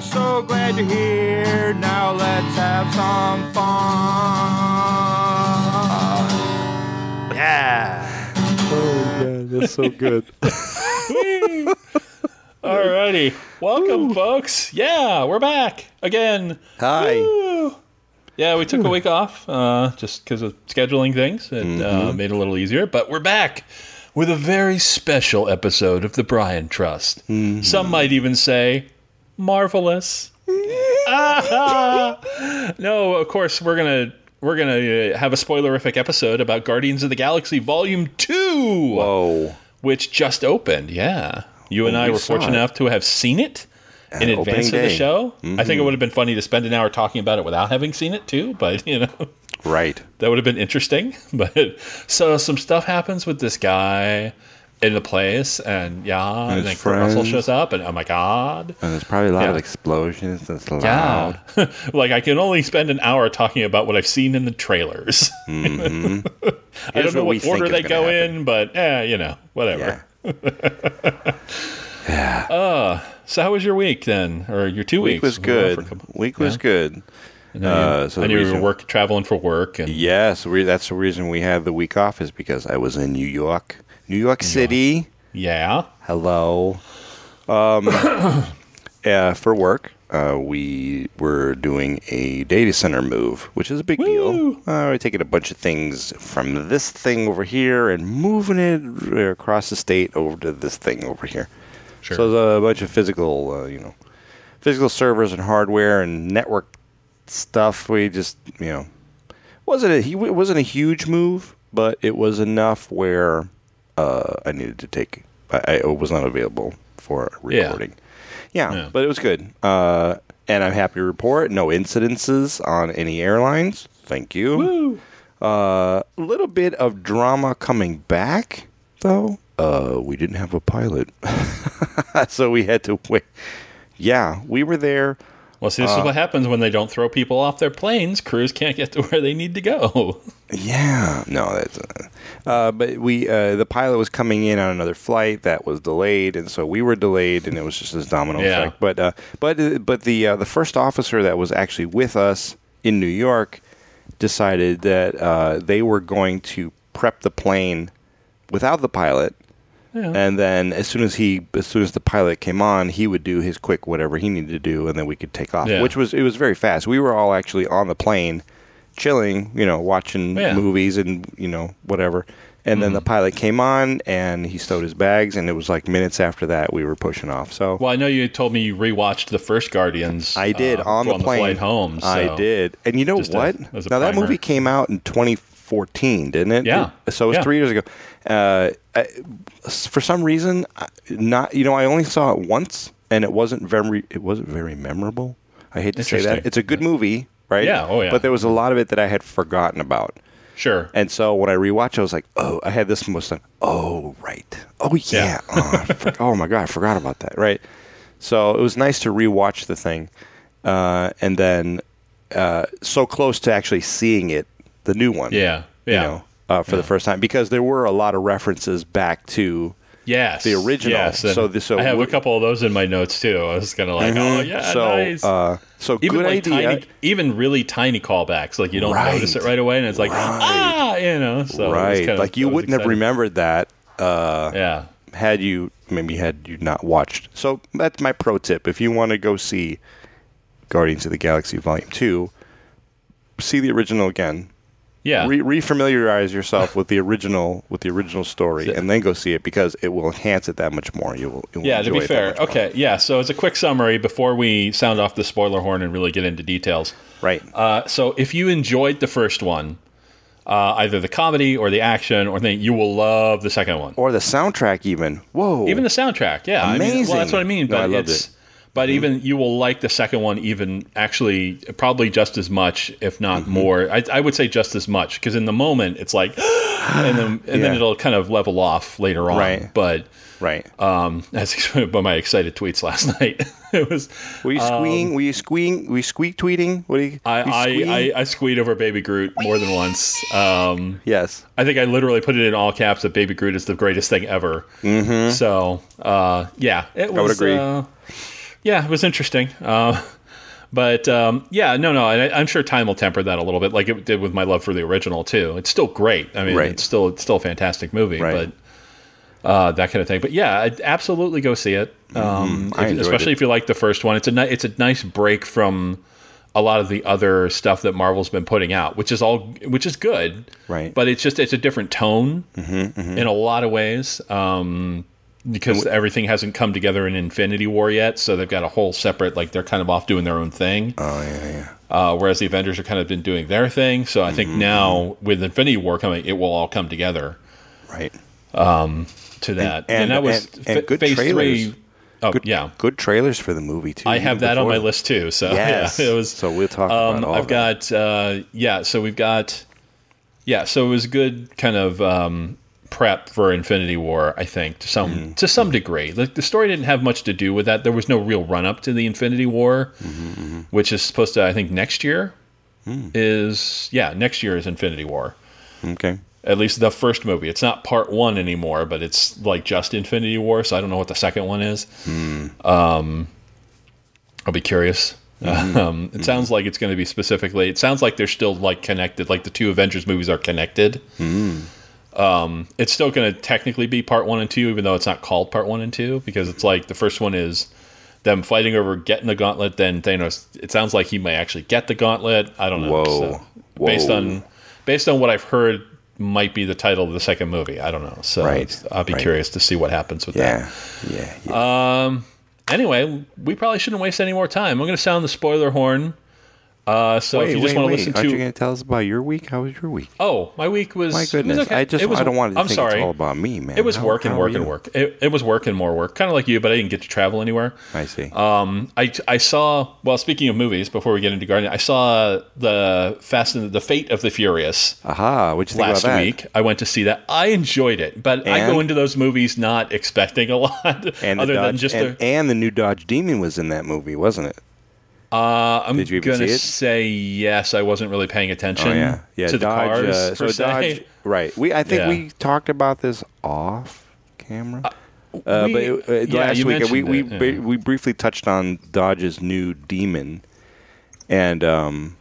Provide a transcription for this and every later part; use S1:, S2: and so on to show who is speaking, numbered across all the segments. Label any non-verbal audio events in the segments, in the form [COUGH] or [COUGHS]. S1: glad you're here. Now let's have some fun. Yeah.
S2: Oh god, that's so good.
S3: Alrighty. Welcome, folks. Yeah, we're back again.
S2: Hi.
S3: Woo. Yeah, we took a week off uh, just because of scheduling things. It uh, made it a little easier, but we're back with a very special episode of The Brian Trust. Some might even say marvelous. [LAUGHS] Ah! no, of course we're gonna we're gonna uh, have a spoilerific episode about Guardians of the Galaxy Volume Two
S2: Oh.
S3: which just opened. Yeah, you and I
S2: we
S3: were
S2: Oh, saw
S3: fortunate
S2: it.
S3: enough to have seen it in
S2: opening
S3: advance of the
S2: day. Mm-hmm.
S3: show. I think it would have been funny to spend an hour talking about it without having seen it too, but you know [LAUGHS]
S2: Right.
S3: that would have been interesting. [LAUGHS] But so some stuff happens with this guy in the place, and yeah, and
S2: his
S3: then Kurt Russell
S2: friends.
S3: shows up, and oh my god,
S2: And there's probably a lot of
S3: Yeah.
S2: explosions. That's loud.
S3: yeah, [LAUGHS] like I can only spend an hour talking about what I've seen in the trailers. [LAUGHS] I
S2: Mm-hmm. Here's
S3: don't know
S2: what we
S3: what,
S2: think
S3: order
S2: is
S3: they
S2: gonna
S3: go
S2: happen.
S3: in, but eh, you know, whatever.
S2: Yeah.
S3: So how was your week then, or your two
S2: Week
S3: weeks?
S2: was
S3: We were
S2: good.
S3: for a couple-
S2: Week was good.
S3: Uh,
S2: Uh, so
S3: I
S2: the
S3: knew you were
S2: reason-
S3: work traveling for work, and
S2: Yeah, so we, that's the reason we had the week off is because I was in New York, New York City.
S3: yeah,
S2: Hello. Um, [COUGHS] uh, for work, uh, we were doing a data center move, which is a big
S3: Woo!
S2: deal. Uh, we're taking a bunch of things from this thing over here and moving it across the state over to this thing over here.
S3: Sure.
S2: So there's a bunch of physical, uh, you know, physical servers and hardware and network stuff. We just, you know, wasn't a, it wasn't a huge move, but it was enough where uh, I needed to take. I, I was not available for
S3: Yeah.
S2: recording. Yeah,
S3: Yeah.
S2: but it was good. Uh, and I'm happy to report no incidences on any airlines. Thank you. Uh, a little bit of drama coming back, though. Uh, we didn't have a pilot, [LAUGHS] so we had to wait. Yeah, we were there.
S3: Well, see, this
S2: Uh,
S3: is what happens when they don't throw people off their planes. Crews can't get to [LAUGHS] where they need to go.
S2: Yeah, no, that's. Uh, but we, uh, the pilot was coming in on another flight that was delayed, and so we were delayed, and it was just this domino
S3: Yeah.
S2: effect. But, uh, but, but the uh, the first officer that was actually with us in New York decided that uh, they were going to prep the plane without the pilot, and then as soon as he, as soon as the pilot came on, he would do his quick whatever he needed to do, and then we could take off,
S3: Yeah.
S2: which was it was very fast. We were all actually on the plane. Chilling, you know, watching
S3: Yeah. Mm-hmm.
S2: movies and you know whatever. And then the pilot came on and he stowed his bags, and it was like minutes after that we were pushing off. So
S3: Well, I know you told me you rewatched the first Guardians.
S2: I did
S3: uh,
S2: on the plane
S3: flight home.
S2: I
S3: so-
S2: did, and you know
S3: just a-
S2: what?
S3: as a
S2: now that
S3: primer.
S2: movie came out in 2014, didn't it?
S3: Yeah.
S2: So it was
S3: Yeah.
S2: three years ago. Uh, I, for some reason, I- not you know, I only saw it once, and it wasn't very it wasn't very memorable. I hate to say that.
S3: Interesting.
S2: It's a good movie, right?
S3: Yeah, oh, yeah.
S2: But there was a lot of it that I had forgotten about.
S3: Sure.
S2: And so when I rewatched, I was like, oh, I had this most like, oh, right. Oh, yeah.
S3: Yeah.
S2: [LAUGHS] oh, I for- oh, my God. I forgot about that. Right. So it was nice to rewatch the thing. Uh, and then uh, so close to actually seeing it, the new one.
S3: yeah. Yeah.
S2: You know, uh, for the first time, because there were a lot of references back to.
S3: yes.
S2: the original.
S3: Yes. and
S2: So the- so
S3: I have a
S2: we- Mm-hmm.
S3: couple of those in my notes too. I was kind of like, oh yeah,
S2: so,
S3: nice.
S2: uh, so
S3: even
S2: good
S3: like
S2: idea.
S3: tiny, even really tiny callbacks. Like you don't
S2: Right.
S3: notice it right away, and it's like ah, you know. So it was
S2: right.
S3: kind of-
S2: like you
S3: that was
S2: wouldn't have
S3: exciting.
S2: remembered that
S3: Yeah.
S2: had you maybe had you not watched. So that's my pro tip. If you want to go see Guardians of the Galaxy Volume Two, see the original again.
S3: Yeah.
S2: Re- refamiliarize yourself with the original with the original story, and then go see it because it will enhance it that much more. You will. You will
S3: Yeah, to
S2: enjoy
S3: be
S2: it that
S3: fair.
S2: much more.
S3: Okay, yeah. So as a quick summary before we sound off the spoiler horn and really get into details.
S2: Right.
S3: Uh, so if you enjoyed the first one, uh, either the comedy or the action or thing, you will love the second one.
S2: or the soundtrack, even. Whoa.
S3: Even the soundtrack, yeah. I mean,
S2: Amazing.
S3: well, that's what I mean.
S2: No, I
S3: But
S2: loved
S3: it's
S2: it. Mm-hmm.
S3: but even you will like the second one even actually probably just as much, if not
S2: Mm-hmm.
S3: more. I, I would say just as much because in the moment it's like, [GASPS] and then and
S2: Yeah.
S3: then it'll kind of level off later on.
S2: Right.
S3: But
S2: right.
S3: um, [LAUGHS] as explained by my excited tweets last [LAUGHS] night, it was
S2: were you squeeing? were you squeeing? Were you squeak tweeting? What do you?
S3: um, I,
S2: you
S3: I,
S2: squeeing?
S3: I, I squeed over Baby Groot more than once. Um,
S2: yes.
S3: I think I literally put it in all caps that Baby Groot is the greatest thing ever. Mm-hmm. So, uh, yeah, it was.
S2: agree.
S3: uh, yeah, it was interesting. Uh, but um, yeah, no, no, and I, I'm sure time will temper that a little bit, like it did with my love for the original too. It's still great. I mean,
S2: Right.
S3: it's still it's still a fantastic movie,
S2: Right.
S3: but uh, that kind of thing. But yeah, I'd absolutely go see it, um,
S2: Mm-hmm. I
S3: if-
S2: enjoyed
S3: especially
S2: it.
S3: if you like the first one. It's a ni- it's a nice break from a lot of the other stuff that Marvel's been putting out, which is all which is good,
S2: Right.
S3: But it's just it's a different tone
S2: Mm-hmm,
S3: in a lot of ways. Um, because everything hasn't come together in Infinity War yet, so they've got a whole separate like they're kind of off doing their own thing.
S2: Oh yeah, yeah.
S3: Uh, whereas the Avengers have kind of been doing their thing, so I think
S2: Mm-hmm,
S3: now with Infinity War coming, it will all come together
S2: Right.
S3: to that.
S2: and-
S3: that was
S2: and- and
S3: fa-
S2: good
S3: phase
S2: trailers.
S3: three. Oh
S2: Good,
S3: yeah,
S2: Good trailers for the movie too.
S3: I
S2: You
S3: have
S2: did
S3: that on my
S2: before.
S3: list too. So
S2: Yes.
S3: [LAUGHS] yeah, it was.
S2: so we'll talk
S3: um,
S2: about all
S3: I've
S2: that.
S3: got uh, yeah. So we've got yeah. So it was good kind of um, prep for Infinity War. I think to some
S2: Mm-hmm.
S3: to some degree. Like the story didn't have much to do with that. There was no real run up to the Infinity War,
S2: Mm-hmm,
S3: which is supposed to I think next year
S2: Hmm.
S3: is yeah next year is Infinity War.
S2: Okay.
S3: At least the first movie. It's not part one anymore, but it's like just Infinity War. So I don't know what the second one is. Um,
S2: Hmm.
S3: I'll be curious.
S2: Hmm.
S3: [LAUGHS] Um, it sounds like it's going to be specifically. It sounds like they're still like connected. Like the two Avengers movies are connected.
S2: Hmm.
S3: Um, it's still going to technically be part one and two, even though it's not called part one and two because it's like the first one is them fighting over getting the gauntlet. Then Thanos. It sounds like he may actually get the gauntlet. I don't know.
S2: Whoa. Whoa.
S3: Based on based on what I've heard, might be the title of the second movie. I don't know. So
S2: Right,
S3: I'll be
S2: right.
S3: curious to see what happens with
S2: Yeah. Yeah.
S3: Uh,
S2: yeah.
S3: that. Anyway, we probably shouldn't waste any more time. I'm going to sound the spoiler horn. Uh, so if you just want to listen
S2: Aren't
S3: to
S2: you going to tell us about your week? How was your week?
S3: oh, my week was
S2: My
S3: it was
S2: goodness,
S3: okay.
S2: I just
S3: It was-
S2: I don't want to
S3: I'm
S2: think
S3: sorry.
S2: it's all about me, man.
S3: it was
S2: How-
S3: work and
S2: how
S3: work
S2: are
S3: and
S2: you?
S3: work. It, it was work and more work, kind of like you, but I didn't get to travel anywhere.
S2: I see.
S3: Um, I, I saw well. Speaking of movies, before we get into Guardian, I saw the Fast and the Fate of the Furious.
S2: Aha! What you think
S3: last
S2: about that?
S3: week. I went to see that. I enjoyed it, but I
S2: And?
S3: go into those movies not expecting a [LAUGHS] lot,
S2: And
S3: other
S2: the Dodge,
S3: than just
S2: and,
S3: the.
S2: and the new Dodge Demon was in that movie, wasn't it?
S3: Uh, I'm
S2: did you even
S3: gonna
S2: see it?
S3: say yes. I wasn't really paying attention.
S2: Oh yeah, yeah.
S3: to the
S2: Dodge,
S3: cars
S2: uh,
S3: per
S2: so
S3: se.
S2: Dodge, right? We I think
S3: Yeah.
S2: we talked about this off camera, uh,
S3: we-
S2: but it, uh,
S3: yeah,
S2: last
S3: you
S2: week uh, we we,
S3: mentioned it,
S2: bri-
S3: yeah.
S2: we briefly touched on Dodge's new Demon, and um,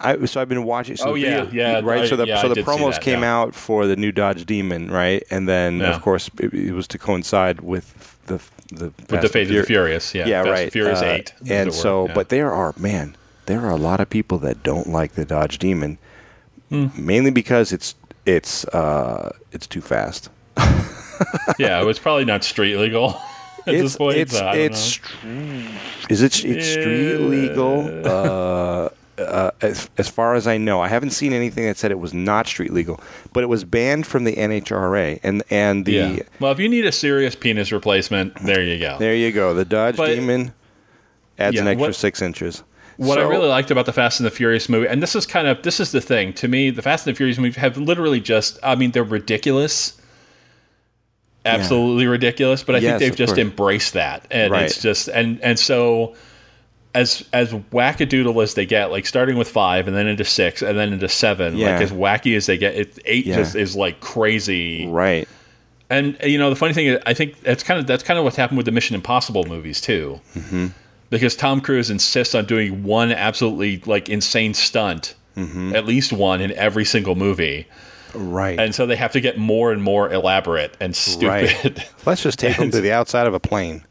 S2: I so I've been watching. So
S3: Oh,
S2: the
S3: yeah,
S2: video-
S3: yeah,
S2: right.
S3: I-
S2: so the
S3: yeah,
S2: so
S3: I
S2: the
S3: did see
S2: promos
S3: that,
S2: came
S3: yeah.
S2: out for the new Dodge Demon, right? And then
S3: Yeah.
S2: of course it, it was to coincide with the the
S3: [LAUGHS] with the Fate of the Furious. Yeah,
S2: yeah,
S3: Fast and
S2: right.
S3: Furious
S2: Uh,
S3: Eight.
S2: And
S3: as it were,
S2: so,
S3: yeah.
S2: but there are man, there are a lot of people that don't like the Dodge Demon,
S3: Hmm.
S2: mainly because it's it's uh it's too fast.
S3: [LAUGHS] yeah, it was probably not street legal [LAUGHS] at
S2: it's
S3: this point.
S2: it's
S3: so I don't
S2: it's stre- is it it's street legal? Uh, uh, as, as far as I know, I haven't seen anything that said it was not street legal, but it was banned from the NHRA and and the
S3: know. yeah. Well, if you need a serious penis replacement, there you go.
S2: there you go, the Dodge
S3: But-
S2: Demon adds
S3: Yeah,
S2: an extra
S3: what-
S2: six inches.
S3: What I
S2: So-
S3: really liked about the Fast and the Furious movie, and this is kind of this is the thing to me, the Fast and the Furious movies have literally just, I mean, they're ridiculous, absolutely ridiculous, but I
S2: Yes,
S3: think they've
S2: of
S3: just
S2: course.
S3: embraced that, and
S2: Right.
S3: it's just, and and so as as wackadoodle as they get, like starting with five and then into six and then into seven,
S2: Yeah.
S3: like as wacky as they get, it, eight
S2: Yeah.
S3: just is like crazy,
S2: right.
S3: and uh, you know the funny thing is, I think that's kind of that's kind of what's happened with the Mission Impossible movies too, mm-hmm. because Tom Cruise insists on doing one absolutely like insane stunt,
S2: Mm-hmm.
S3: at least one in every single movie,
S2: Right.
S3: and so they have to get more and more elaborate and stupid. [LAUGHS]
S2: Let's just take them to the outside of a plane.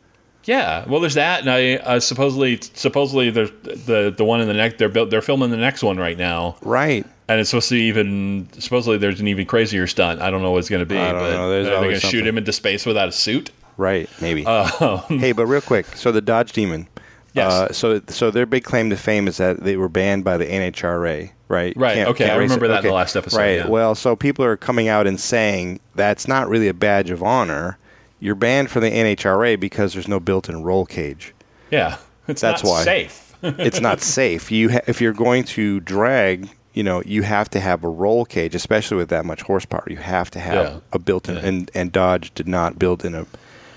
S3: yeah, well, there's that, and I uh, supposedly supposedly there's the the one in the next they're built they're filming the next one right now,
S2: Right.
S3: and it's supposed to be even supposedly there's an even crazier stunt. I don't know what it's going to be,
S2: I don't
S3: but
S2: know. There's
S3: are they
S2: always
S3: going to shoot
S2: something.
S3: him into space without a suit? [LAUGHS] Oh.
S2: Right. Maybe.
S3: Um,
S2: hey, but real quick. So the Dodge Demon.
S3: Yes.
S2: Uh, so so their big claim to fame is that they were banned by the NHRA. Right.
S3: Right, okay, I
S2: race
S3: remember
S2: it.
S3: that in the last episode,
S2: Right.
S3: yeah.
S2: Well, so people are coming out and saying that's not really a badge of honor. You're banned from the NHRA because there's no built-in roll cage.
S3: Yeah, it's
S2: That's
S3: not
S2: why.
S3: safe.
S2: it's
S3: [LAUGHS]
S2: not safe. You ha- if you're going to drag, you know, you have to have a roll cage, especially with that much horsepower. You have to have
S3: Yeah.
S2: a built-in and and Dodge did not build in a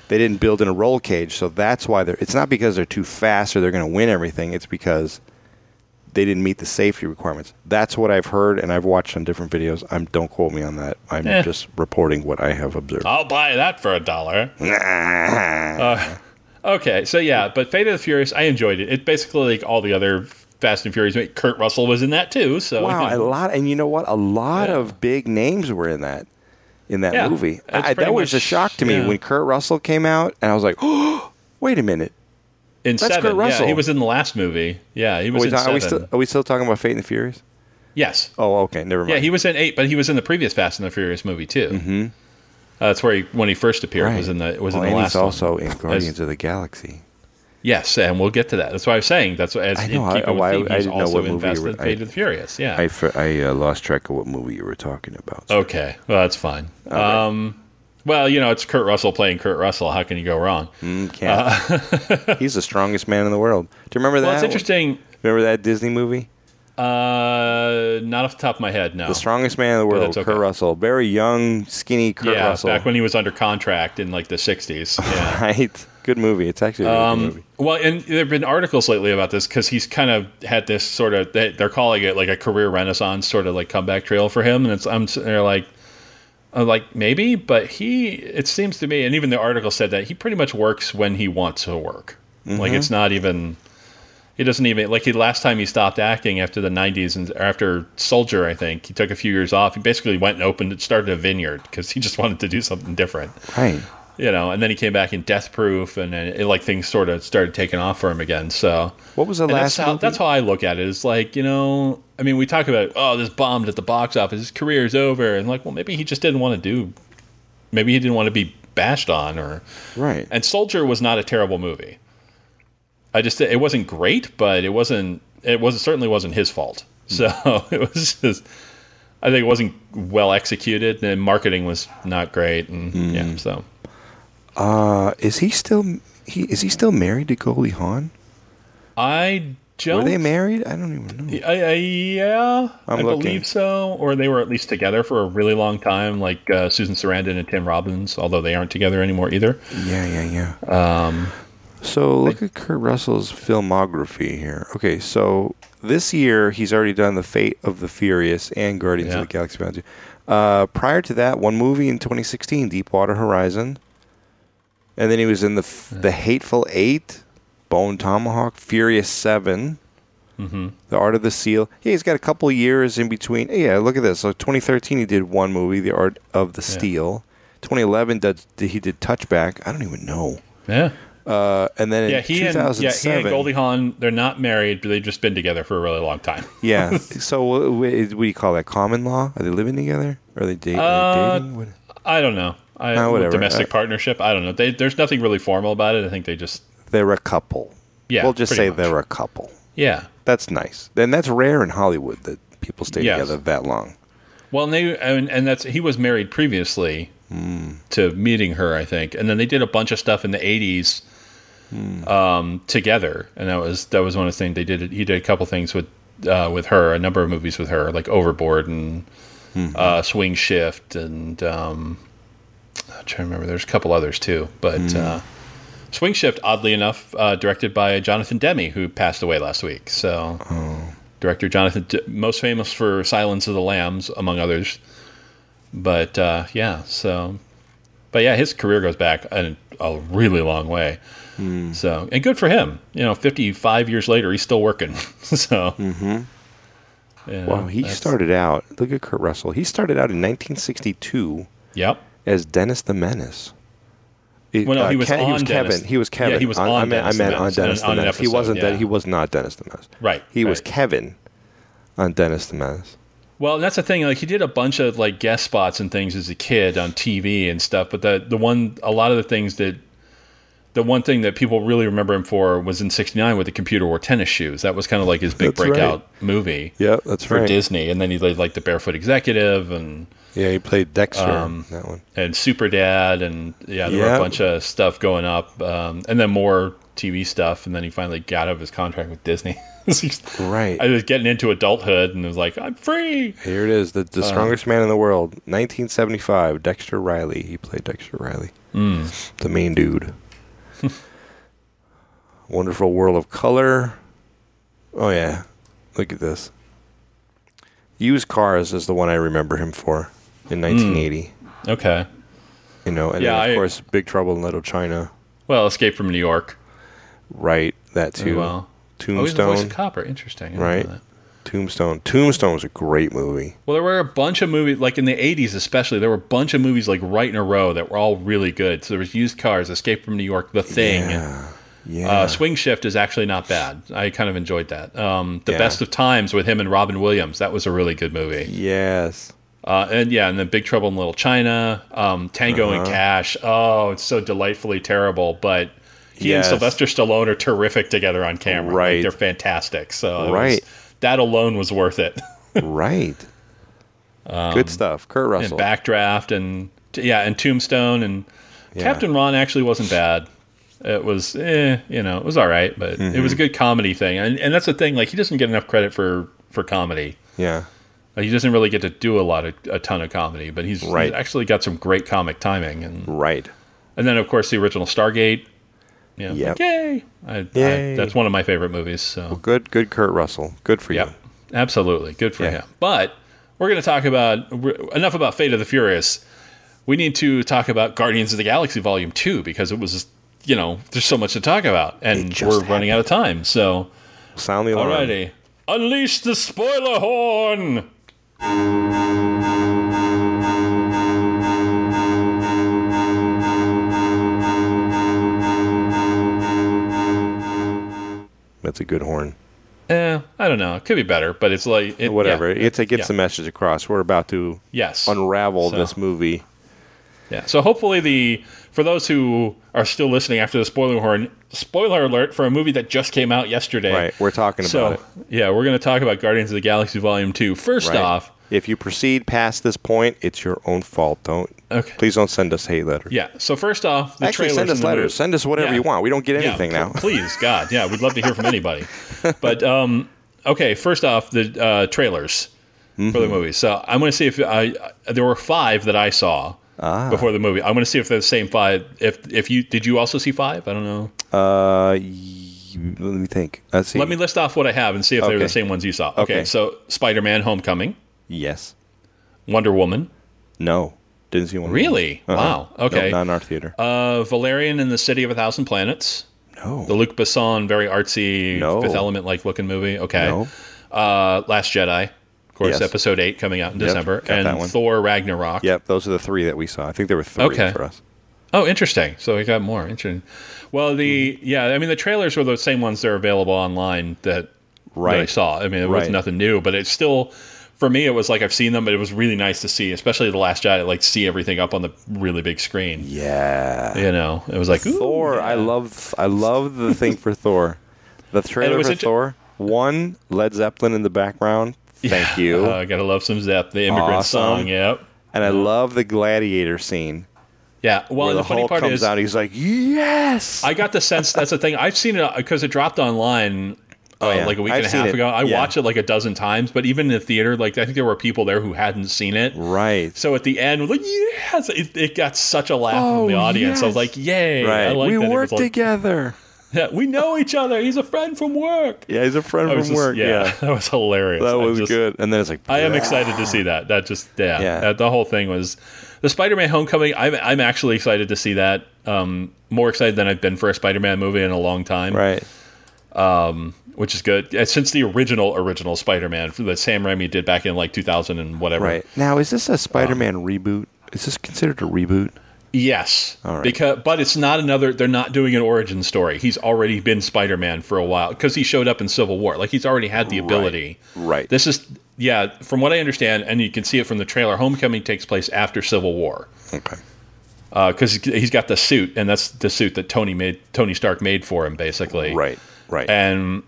S2: they didn't build in a roll cage, so that's why they're it's not because they're too fast or they're going to win everything. It's because they didn't meet the safety requirements. That's what I've heard and I've watched on different videos. I'm don't quote me on that. I'm
S3: Eh.
S2: just reporting what I have observed.
S3: Uh, I'll buy that for a dollar. Okay, so yeah, but Fate of the Furious, I enjoyed it. It basically like all the other Fast and Furious. Kurt Russell was in that too. So
S2: Wow,
S3: you [LAUGHS]
S2: a
S3: know.
S2: lot, and you know what? A lot
S3: Yeah.
S2: of big names were in that in that
S3: Yeah,
S2: movie.
S3: that's
S2: I, that
S3: pretty
S2: was a
S3: much-
S2: shock to me
S3: yeah.
S2: when Kurt Russell came out, and I was like, [GASPS] "Oh, wait a minute!
S3: in
S2: that's
S3: seven,
S2: Kurt Russell.
S3: yeah, he was in the last movie. Yeah, he
S2: Are
S3: was
S2: we,
S3: in
S2: ta-
S3: seven.
S2: are, we still, are we still talking about Fate and the Furious?
S3: yes,
S2: Oh, okay, never mind.
S3: yeah, he was in eight, but he was in the previous Fast and the Furious movie too. Mm-hmm. Uh, that's where he when he first appeared
S2: Right.
S3: was in the was
S2: Oh,
S3: in the
S2: and
S3: last
S2: he's also
S3: one.
S2: in Guardians of the Galaxy.
S3: Yes, and we'll get to that. That's why I was saying that's why- as
S2: I
S3: in
S2: know, I-
S3: keeping with
S2: why-
S3: theme,
S2: I
S3: he's
S2: didn't know
S3: also
S2: what
S3: in
S2: movie
S3: Fast
S2: you were-
S3: and Fate of the Furious. Yeah,
S2: I, f- I uh, lost track of what movie you were talking about.
S3: Okay, well that's fine. Um, well, you know it's Kurt Russell playing Kurt Russell. How can you go wrong?
S2: Mm, can't.
S3: [LAUGHS]
S2: he's the strongest man in the world. Do you remember
S3: uh, Well,
S2: that?
S3: it's interesting.
S2: Remember that Disney movie?
S3: Uh, not off the top of my head, no.
S2: The strongest man in the world,
S3: that's okay.
S2: Kurt Russell. Very young, skinny Kurt
S3: yeah,
S2: Russell.
S3: back when he was under contract in like the '60s. Yeah.
S2: [LAUGHS]
S3: Um,
S2: Right. Good movie. It's actually a really good movie.
S3: Well, and there have been articles lately about this because he's kind of had this sort of they- they're calling it like a career renaissance sort of like comeback trail for him, and it's I'm sitting there like, I'm like maybe, but he it seems to me, and even the article said that he pretty much works when he wants to work. Like it's not even he doesn't even like he last time he stopped acting after the 90s and or after Soldier, I think he took a few years off. He basically went and opened started a vineyard because he just [LAUGHS] wanted to do something different
S2: Right.
S3: you know, and then he came back in Death Proof, and then it, like things sort of started taking off for him again. So
S2: What was the
S3: and
S2: last
S3: that's how
S2: movie?
S3: that's how I look at it. It's like you know, I mean, we talk about oh, this bombed at the box office, his career's over, and like, well, maybe he just didn't want to do, maybe he didn't want to be bashed on, or
S2: Right.
S3: and Soldier was not a terrible movie. I just it wasn't great, but it wasn't it was certainly wasn't his fault.
S2: Hmm.
S3: So [LAUGHS] it was just I think it wasn't well executed, and marketing was not great, and
S2: Hmm.
S3: yeah, so.
S2: uh, is he still he is he still married to Goldie Hawn?
S3: I
S2: Were
S3: don't.
S2: they married? I don't even know.
S3: I, I, yeah, i
S2: I'm looking.
S3: believe so. Or they were at least together for a really long time, like uh, Susan Sarandon and Tim Robbins. Although they aren't together anymore either.
S2: Yeah, yeah, yeah. Um, so look at Kurt Russell's filmography here. Okay, so this year he's already done The Fate of the Furious and Guardians
S3: Yeah.
S2: of the Galaxy Bound Two. Uh, prior to that, one movie in 2016, Deepwater Horizon, and then he was in the f- the Hateful Eight, Bone Tomahawk, Furious 7 The Art of the Seal. Yeah, he's got a couple years in between. Yeah, look at this. So 2013, he did one movie, The Art of the Steel. 2011, did, he did Touchback. I don't even know.
S3: Yeah,
S2: Uh, and then
S3: yeah.
S2: in
S3: He and yeah, he
S2: 2007,
S3: and Goldie Hawn. They're not married, but they've just been together for a really long time.
S2: yeah. So what, what do you call that? Common law? Are they living together? Are they, da- are
S3: Uh,
S2: they dating? What?
S3: I don't know. I,
S2: Ah, whatever.
S3: Domestic
S2: Uh,
S3: partnership. I don't know. They, there's nothing really formal about it. I think they just
S2: They're a couple.
S3: Yeah,
S2: We'll just
S3: pretty
S2: say
S3: much.
S2: they're a couple.
S3: yeah.
S2: That's nice. And that's rare in Hollywood that people stay
S3: Yes.
S2: together that long.
S3: Well, and they and, and that's he was married previously to meeting her, I think, and then they did a bunch of stuff in the eighties um, together, and that was that was one of the things they did. He did a couple things with uh, with her, a number of movies with her, like Overboard and uh, Swing Shift, and um, I'm trying to remember. There's a couple others too, but
S2: Hmm.
S3: uh, Swing Shift, oddly enough, uh, directed by Jonathan Demme, who passed away last week. So
S2: Oh.
S3: director Jonathan, D- most famous for Silence of the Lambs, among others. But uh, yeah, so, but yeah, his career goes back a, a really long way.
S2: Hmm.
S3: So, and good for him. You know, 55 years later, he's still working. [LAUGHS] so, yeah,
S2: Mm-hmm. Wow, he
S3: that's-
S2: started out. Look at Kurt Russell. He started out in 1962
S3: Yep.
S2: as Dennis the Menace. It-
S3: Well, no, he was
S2: Ke-
S3: on Dennis-
S2: Kevin. He was
S3: yeah,
S2: Kevin.
S3: he was
S2: I-
S3: on
S2: I meant,
S3: Dennis
S2: I
S3: the
S2: meant on
S3: Menace in an-
S2: Dennis the
S3: on an
S2: Menace. he
S3: episode,
S2: wasn't. Den-
S3: yeah.
S2: he was not Dennis the Menace.
S3: Right,
S2: He was
S3: right.
S2: Kevin on Dennis the Menace.
S3: Well, and that's the thing. Like he did a bunch of like guest spots and things as a kid on TV and stuff. But the the one, a lot of the things that, the one thing that people really remember him for was in '69 with the computer wore tennis shoes. That was kind of like his big
S2: That's right.
S3: breakout movie
S2: Yeah, that's
S3: for
S2: right.
S3: Disney. And then he did like the Barefoot Executive and
S2: Yeah, he played Dexter.
S3: Um,
S2: in that one.
S3: and Super Dad and yeah, there were
S2: Yeah.
S3: a bunch of stuff going up. Um, and then more TV stuff. And then he finally got out of his contract with Disney. [LAUGHS]
S2: Right.
S3: I was getting into adulthood and was like, I'm free.
S2: Here it is. The, the
S3: Uh-huh.
S2: strongest man in the world. 1975. Dexter Riley. He played Dexter Riley.
S3: Hmm.
S2: The main
S3: [LAUGHS]
S2: dude. Wonderful World of Color. Oh, yeah. Look at this. Used Cars is the one I remember him for in 1980.
S3: Okay.
S2: You know, and
S3: Yeah,
S2: then, of
S3: Hmm. I-
S2: course, Big Trouble in Little China.
S3: Well, Escape from New York.
S2: Right, that
S3: as
S2: too.
S3: well, Oh, he's the voice
S2: Tombstone,
S3: of Copper. Interesting. I didn't know
S2: right?
S3: that.
S2: Tombstone. Tombstone was a great movie.
S3: Well, there were a bunch of movies, like in the 80s especially, there were a bunch of movies like right in a row that were all really good. So there was Used Cars, Escape from New York, The Thing.
S2: Yeah.
S3: Uh, Swing Shift is actually not bad. I kind of enjoyed that. Um, the
S2: Yeah.
S3: Best of Times with him and Robin Williams. That was a really good movie.
S2: yes.
S3: Uh, and yeah, and then Big Trouble in Little China, um, Tango
S2: Uh-huh.
S3: and Cash. Oh, it's so delightfully terrible, but he
S2: Yes.
S3: and Sylvester Stallone are terrific together on camera. Like,
S2: Right.
S3: they're fantastic. So it was-
S2: Right.
S3: that alone was worth it. [LAUGHS]
S2: right. Good stuff. Kurt
S3: Um, and
S2: Russell.
S3: Backdraft and t- yeah, and Tombstone and Captain Ron actually wasn't bad. It was, eh, you know, it was all right, but it
S2: Mm-hmm.
S3: was a good comedy thing. And and that's the thing, like he doesn't get enough credit for for comedy.
S2: yeah.
S3: Like, he doesn't really get to do a lot of a ton of comedy, but he's, he's
S2: Right.
S3: actually got some great comic timing and.
S2: Right.
S3: And then, of course, the original Stargate. Yeah.
S2: Yep.
S3: Like, yay. I, I,
S2: Yay.
S3: that's one of my favorite movies. So,
S2: Good. Good. Kurt Russell. Good for
S3: yep.
S2: you.
S3: Absolutely. Good for
S2: Yeah.
S3: him. But we're going to talk about we're- enough about Fate of the Furious. We need to talk about Guardians of the Galaxy Volume 2 because it was, you know, there's so much to talk about. And
S2: just
S3: we're running out of time. So,
S2: Sound the alarm.
S3: alrighty. Unleash the spoiler horn.
S2: That's a good horn.
S3: Eh, I don't know. It could be better, but it's like. It,
S2: Whatever.
S3: yeah.
S2: it's it gets
S3: yeah.
S2: the message across. We're about to
S3: yes.
S2: unravel
S3: So-
S2: this movie.
S3: Yeah. So hopefully the for those who are still listening after the spoiler horn, spoiler alert for a movie that just came out yesterday.
S2: Right. We're talking about
S3: So
S2: it.
S3: yeah, we're going to talk about Guardians of the Galaxy Volume Two. First
S2: Right.
S3: off,
S2: If you proceed past this point, it's your own fault. Don't
S3: Okay.
S2: please don't send us hate letters.
S3: yeah. So first off, the
S2: Actually, send
S3: trailers
S2: us
S3: and the
S2: letters.
S3: movie-
S2: Send us whatever
S3: Yeah.
S2: you want. We don't get
S3: Yeah,
S2: anything
S3: pl-
S2: now.
S3: please, God, yeah, we'd love to hear from anybody. But um, okay, first off, the uh, trailers for
S2: Mm-hmm.
S3: the movies. So I'm going to see if I I- there were five that I saw.
S2: Ah.
S3: Before the movie, I'm going to see if they're the same five. If if you did, you also see five. I don't know.
S2: [LAUGHS] Uh, y- let me think. Let's see.
S3: Let me list off what I have and see if they're
S2: Okay.
S3: the same ones you saw. Okay,
S2: Okay.
S3: so Spider Man Homecoming,
S2: Yes.
S3: Wonder Woman.
S2: No. Didn't see one.
S3: Really?
S2: Uh-huh.
S3: Wow.
S2: Nope,
S3: Okay.
S2: not in our theater.
S3: Uh, Valerian and the City of a Thousand Planets.
S2: no.
S3: The Luc Besson, very artsy,
S2: No.
S3: Fifth Element like looking movie. Okay.
S2: No.
S3: Uh, Last Jedi, of course,
S2: Yes.
S3: episode 8 coming out in December.
S2: got that
S3: And
S2: one.
S3: Thor Ragnarok.
S2: Yep. Those are the three that we saw. I think there were three
S3: Okay.
S2: for us.
S3: Oh, interesting. So we got more. Interesting. Well, the,
S2: Mm-hmm.
S3: yeah, I mean, the trailers were those same ones that are available online that that I
S2: Right.
S3: saw. I mean, it was
S2: Right.
S3: nothing new, but it's still for me. It was like I've seen them, but it was really nice to see, especially the last Jedi, like see everything up on the really big screen.
S2: Yeah.
S3: You know, it was like ooh,
S2: Thor.
S3: yeah.
S2: I love. I love the thing for Thor. The trailer
S3: was
S2: for
S3: int-
S2: Thor. One Led Zeppelin in the background. Thank you.
S3: Uh, gotta love some Zepp, the immigrant
S2: Awesome.
S3: song. Yep.
S2: and I love the gladiator scene
S3: Yeah.
S2: where
S3: Well, Oh, and
S2: the,
S3: the, funny
S2: Hulk
S3: part
S2: comes
S3: is,
S2: out. He's like, "Yes."
S3: I got the sense that's the thing. I've seen it because it dropped online. uh,
S2: Oh, yeah.
S3: Like a week
S2: I've
S3: and a
S2: seen
S3: half
S2: it.
S3: ago, I
S2: Yeah.
S3: watched it like a dozen times. But even in the theater, like I think there were people there who hadn't seen it.
S2: right.
S3: So at the end, like yes, it, it got such a laugh
S2: Oh,
S3: from the audience. I was
S2: yes.
S3: like, yay! I
S2: right.
S3: like
S2: we
S3: that. It was
S2: work
S3: like-
S2: together.
S3: Yeah, [LAUGHS] we know each other. He's a friend from work.
S2: Yeah, he's a friend
S3: I
S2: from
S3: was just-
S2: work.
S3: yeah,
S2: Yeah.
S3: [LAUGHS] that was hilarious.
S2: That
S3: I
S2: was
S3: just-
S2: good. And then it's like,
S3: I am excited to see that. That just yeah,
S2: Yeah.
S3: That, the whole thing was the Spider-Man Homecoming. I'm I'm actually excited to see that. Um, more excited than I've been for a Spider-Man movie in a long time.
S2: Right.
S3: which is good Uh, since the original original Spider-Man that Sam Raimi did back in like 2000 and whatever.
S2: Right. Now, is this a Spider-Man reboot? Is this considered a reboot?
S3: Yes.
S2: All right.
S3: Because but it's not another they're not doing an origin story. He's already been Spider-Man for a while cuz he showed up in Civil War. Like he's already had the ability.
S2: Right.
S3: This is yeah, from what I understand and you can see it from the trailer Homecoming takes place after Civil War.
S2: Okay.
S3: because he's got the suit, and that's the suit that Tony made. Tony Stark made for him, basically.
S2: Right. Right.
S3: And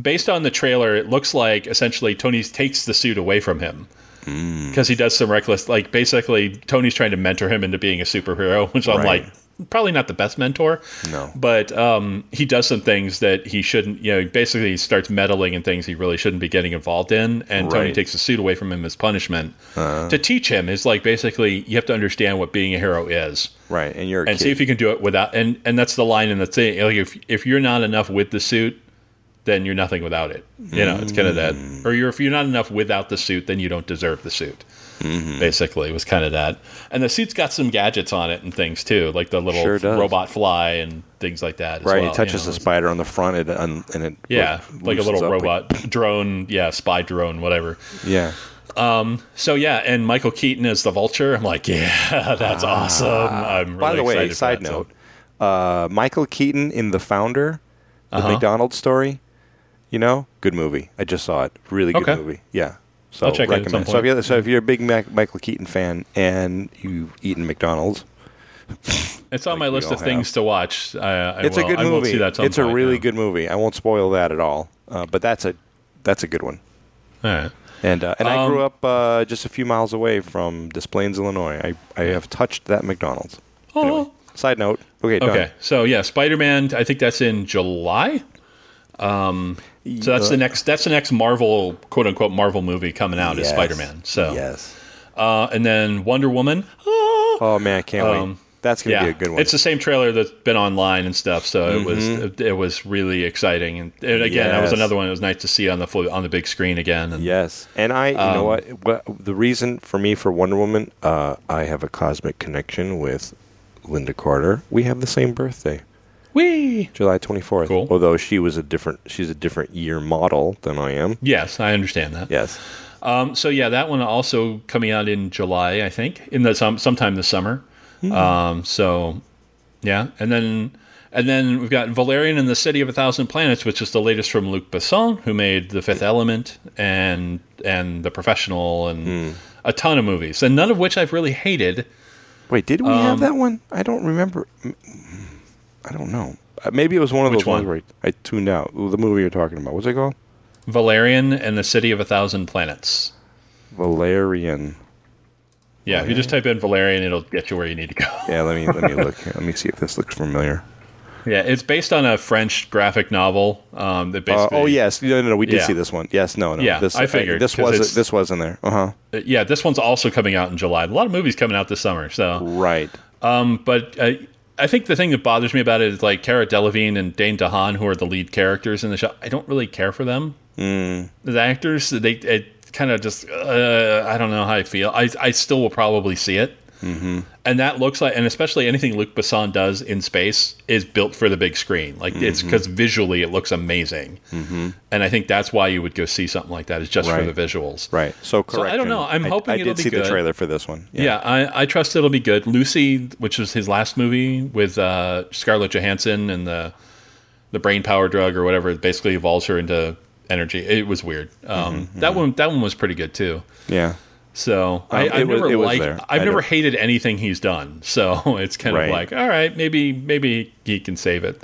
S3: based on the trailer, it looks like essentially Tony takes the suit away from him
S2: Hmm.
S3: because he does some reckless. Like basically, Tony's trying to mentor him into being a superhero, [LAUGHS] which I'm
S2: Right.
S3: like probably not the best mentor.
S2: No.
S3: But um, he does some things that he shouldn't. You know, he basically starts meddling in things he really shouldn't be getting involved in, and Tony
S2: Right. Uh-huh.
S3: takes the suit away from him as punishment to teach him. Is like basically you have to understand what being a hero is
S2: right. And you're a
S3: and
S2: kid.
S3: see if you can do it without and and that's the line in the thing like if if you're not enough with the suit then you're
S2: Mm.
S3: nothing without it you know it's kind of that or you're if you're not enough without the suit then you don't deserve the suit
S2: Mm-hmm.
S3: Basically, was kind of that. And the suit's got some gadgets on it and things too, like the little
S2: Sure does.
S3: robot fly and things like that. as
S2: Right,
S3: well,
S2: it touches
S3: you know.
S2: the spider on the front, it un- and it
S3: Yeah,
S2: lo-
S3: like a
S2: loosens
S3: little
S2: up, like-
S3: robot drone, yeah, spy drone, whatever.
S2: yeah,
S3: So yeah, and Michael Keaton is the Vulture. I'm like, [LAUGHS] yeah, that's awesome. I'm really
S2: Ah. By the way,
S3: excited for
S2: side
S3: that, so-
S2: note, uh, Michael Keaton in The Founder, the
S3: Uh-huh.
S2: McDonald's story. You know, good movie. I just saw it. Really good
S3: Okay.
S2: movie. Yeah. So
S3: I'll check it at some
S2: recommend. So, if
S3: point.
S2: you're, so if you're a big Mac, Michael Keaton fan and you've eaten McDonald's,
S3: it's on my
S2: we
S3: list
S2: all
S3: of things
S2: have.
S3: to watch. I, I
S2: it's
S3: will,
S2: a good
S3: I will
S2: movie.
S3: see that at some
S2: it's a
S3: point,
S2: really
S3: yeah.
S2: good movie. I won't spoil that at all. Uh, but that's a that's a good one.
S3: All right.
S2: And uh, and I
S3: Um,
S2: grew up uh, just a few miles away from Des Plaines, Illinois. I, I have touched that McDonald's. Anyway,
S3: Oh.
S2: side note. Okay. Done.
S3: Okay, so yeah, Spider Man. I think that's in July. Um, so that's the next. That's the next Marvel quote unquote Marvel movie coming out is
S2: Uh, Yes.
S3: Spider Man. So
S2: Yes.
S3: uh, and then Wonder Woman. Ah,
S2: Oh man, I can't wait.
S3: Um,
S2: That's gonna
S3: yeah,
S2: be a good one. Mm-hmm.
S3: it's the same trailer that's been online and stuff. So it was it was really exciting. And, and again, that was
S2: Yes.
S3: another one. It was nice to see on the fl- on the big screen again. And,
S2: yes, and I, you know what,
S3: Um,
S2: what? The reason for me for Wonder Woman, uh, I have a cosmic connection with Linda Carter. We have the same birthday,
S3: Whee!
S2: July twenty fourth.
S3: Cool.
S2: Although she was a different, she's a different year model than I am.
S3: Yes, I understand that.
S2: Yes.
S3: Um, so yeah, that one also coming out in July, I think, in the some sometime this summer.
S2: Hmm.
S3: Um, so yeah, and then and then we've got Valerian and the City of a Thousand Planets, which is the latest from Luc Besson, who made The Fifth Element and and The Professional and
S2: Hmm.
S3: a ton of movies, and none of which I've really hated.
S2: Wait, did we
S3: Um,
S2: have that one? I don't remember. Mm, I don't know. Uh, Maybe it was one of
S3: Which
S2: those ones
S3: one?
S2: where I- I tuned out. The movie you're talking about. What's it called?
S3: Valerian and the City of a Thousand Planets.
S2: Valerian.
S3: Yeah, if you just type in Valerian, it'll get you where you need to go. [LAUGHS]
S2: Yeah, let me let me look. here. Let me see if this looks familiar.
S3: Yeah, it's based on a French graphic novel um, that
S2: Uh,
S3: basically.
S2: oh yes, no, no, no, we did
S3: Yeah.
S2: see this one. Yes, no, no.
S3: Yeah,
S2: this,
S3: I figured,
S2: this
S3: 'cause
S2: was
S3: it's-
S2: this was in there. Uh huh.
S3: yeah, this one's also coming out in July. A lot of movies coming out this summer. So,
S2: Right.
S3: um, but uh, I think the thing that bothers me about it is like Cara Delevingne and Dane DeHaan, who are the lead characters in the show. I don't really care for them. Mm. The actors, they it kind of just uh, I don't know how I feel. I I still will probably see it. And that looks like, and especially anything Luc Besson does in space is built for the big screen. Like it's because visually it looks amazing, mm-hmm. and I think that's why you would go see something like that is just for
S2: Right.
S3: the visuals.
S2: Right. So
S3: So
S2: correct.
S3: I don't know. I'm hoping
S2: I,
S3: it'll
S2: did
S3: be
S2: see
S3: good.
S2: the trailer for this one.
S3: Yeah, I, I trust it'll be good. Lucy, which was his last movie with uh, Scarlett Johansson and the the brain power drug or whatever, it basically evolves her into energy. It was weird.
S2: Mm-hmm,
S3: Um, That one that one was pretty good too.
S2: Yeah.
S3: So I,
S2: Um,
S3: I've
S2: it was-
S3: never
S2: it was
S3: liked,
S2: there.
S3: I've
S2: I
S3: never
S2: don't-
S3: hated anything he's done. [LAUGHS] So it's kind
S2: Right.
S3: of like, all right, maybe maybe he can save it.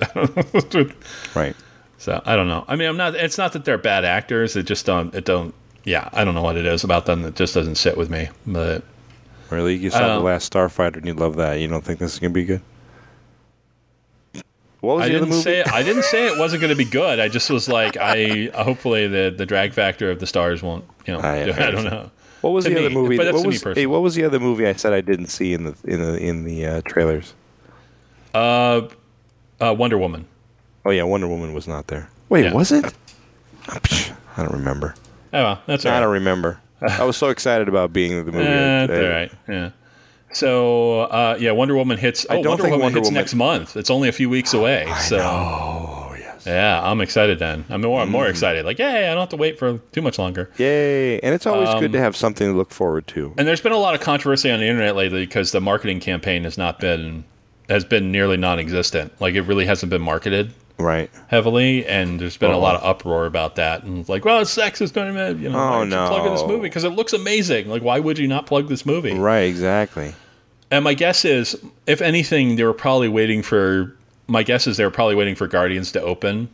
S3: [LAUGHS]
S2: Right.
S3: so I don't know. I mean, I'm not. It's not that they're bad actors. It just don't. It don't. Yeah, I don't know what it is about them that just doesn't sit with me. But
S2: Really, you saw the
S3: Um,
S2: last Starfighter and you love that. You don't think this is gonna be good? What was
S3: I
S2: the other
S3: didn't
S2: movie?
S3: say I didn't say it wasn't going to be good. I just was like, I uh, hopefully the the drag factor of the stars won't. You know,
S2: I-
S3: [LAUGHS] I,
S2: I
S3: don't know.
S2: what was
S3: to
S2: the other
S3: me,
S2: movie?
S3: but that's
S2: what
S3: to me
S2: was
S3: personally.
S2: hey, what was the other movie I said I didn't see in the in the in the uh, trailers?
S3: Uh, Wonder Woman.
S2: Oh yeah, Wonder Woman was not there. Wait,
S3: Yeah.
S2: was it? Ah, psh, I don't remember.
S3: Oh, well, that's all
S2: I
S3: right.
S2: don't remember. I was so excited about being in the movie.
S3: Eh,
S2: I-
S3: [LAUGHS] that's all
S2: I-
S3: right. Yeah. So uh, yeah, Wonder Woman hits. Oh,
S2: don't
S3: Wonder
S2: think
S3: Woman
S2: Wonder
S3: hits
S2: Woman- Oh,
S3: next month. It's only a few weeks away. so. Yeah, I'm excited then. I'm more, I'm
S2: Mm-hmm.
S3: more excited. Like, yay! I don't have to wait for too much longer.
S2: Yay! And it's always good to
S3: Um,
S2: have something to look forward to.
S3: And there's been a lot of controversy on the internet lately because the marketing campaign has not been has been nearly non-existent. Like, it really hasn't been marketed
S2: Right.
S3: heavily, and there's been a
S2: Uh-oh.
S3: lot of uproar about that. And it's like, well, it's sexist, don't even, you know,
S2: Oh,
S3: why don't you plug in this
S2: no.
S3: movie because it looks amazing. Like, why would you not plug this movie?
S2: Right. Exactly.
S3: And my guess is, if anything, they were probably waiting for. My guess is they were probably waiting for Guardians to open.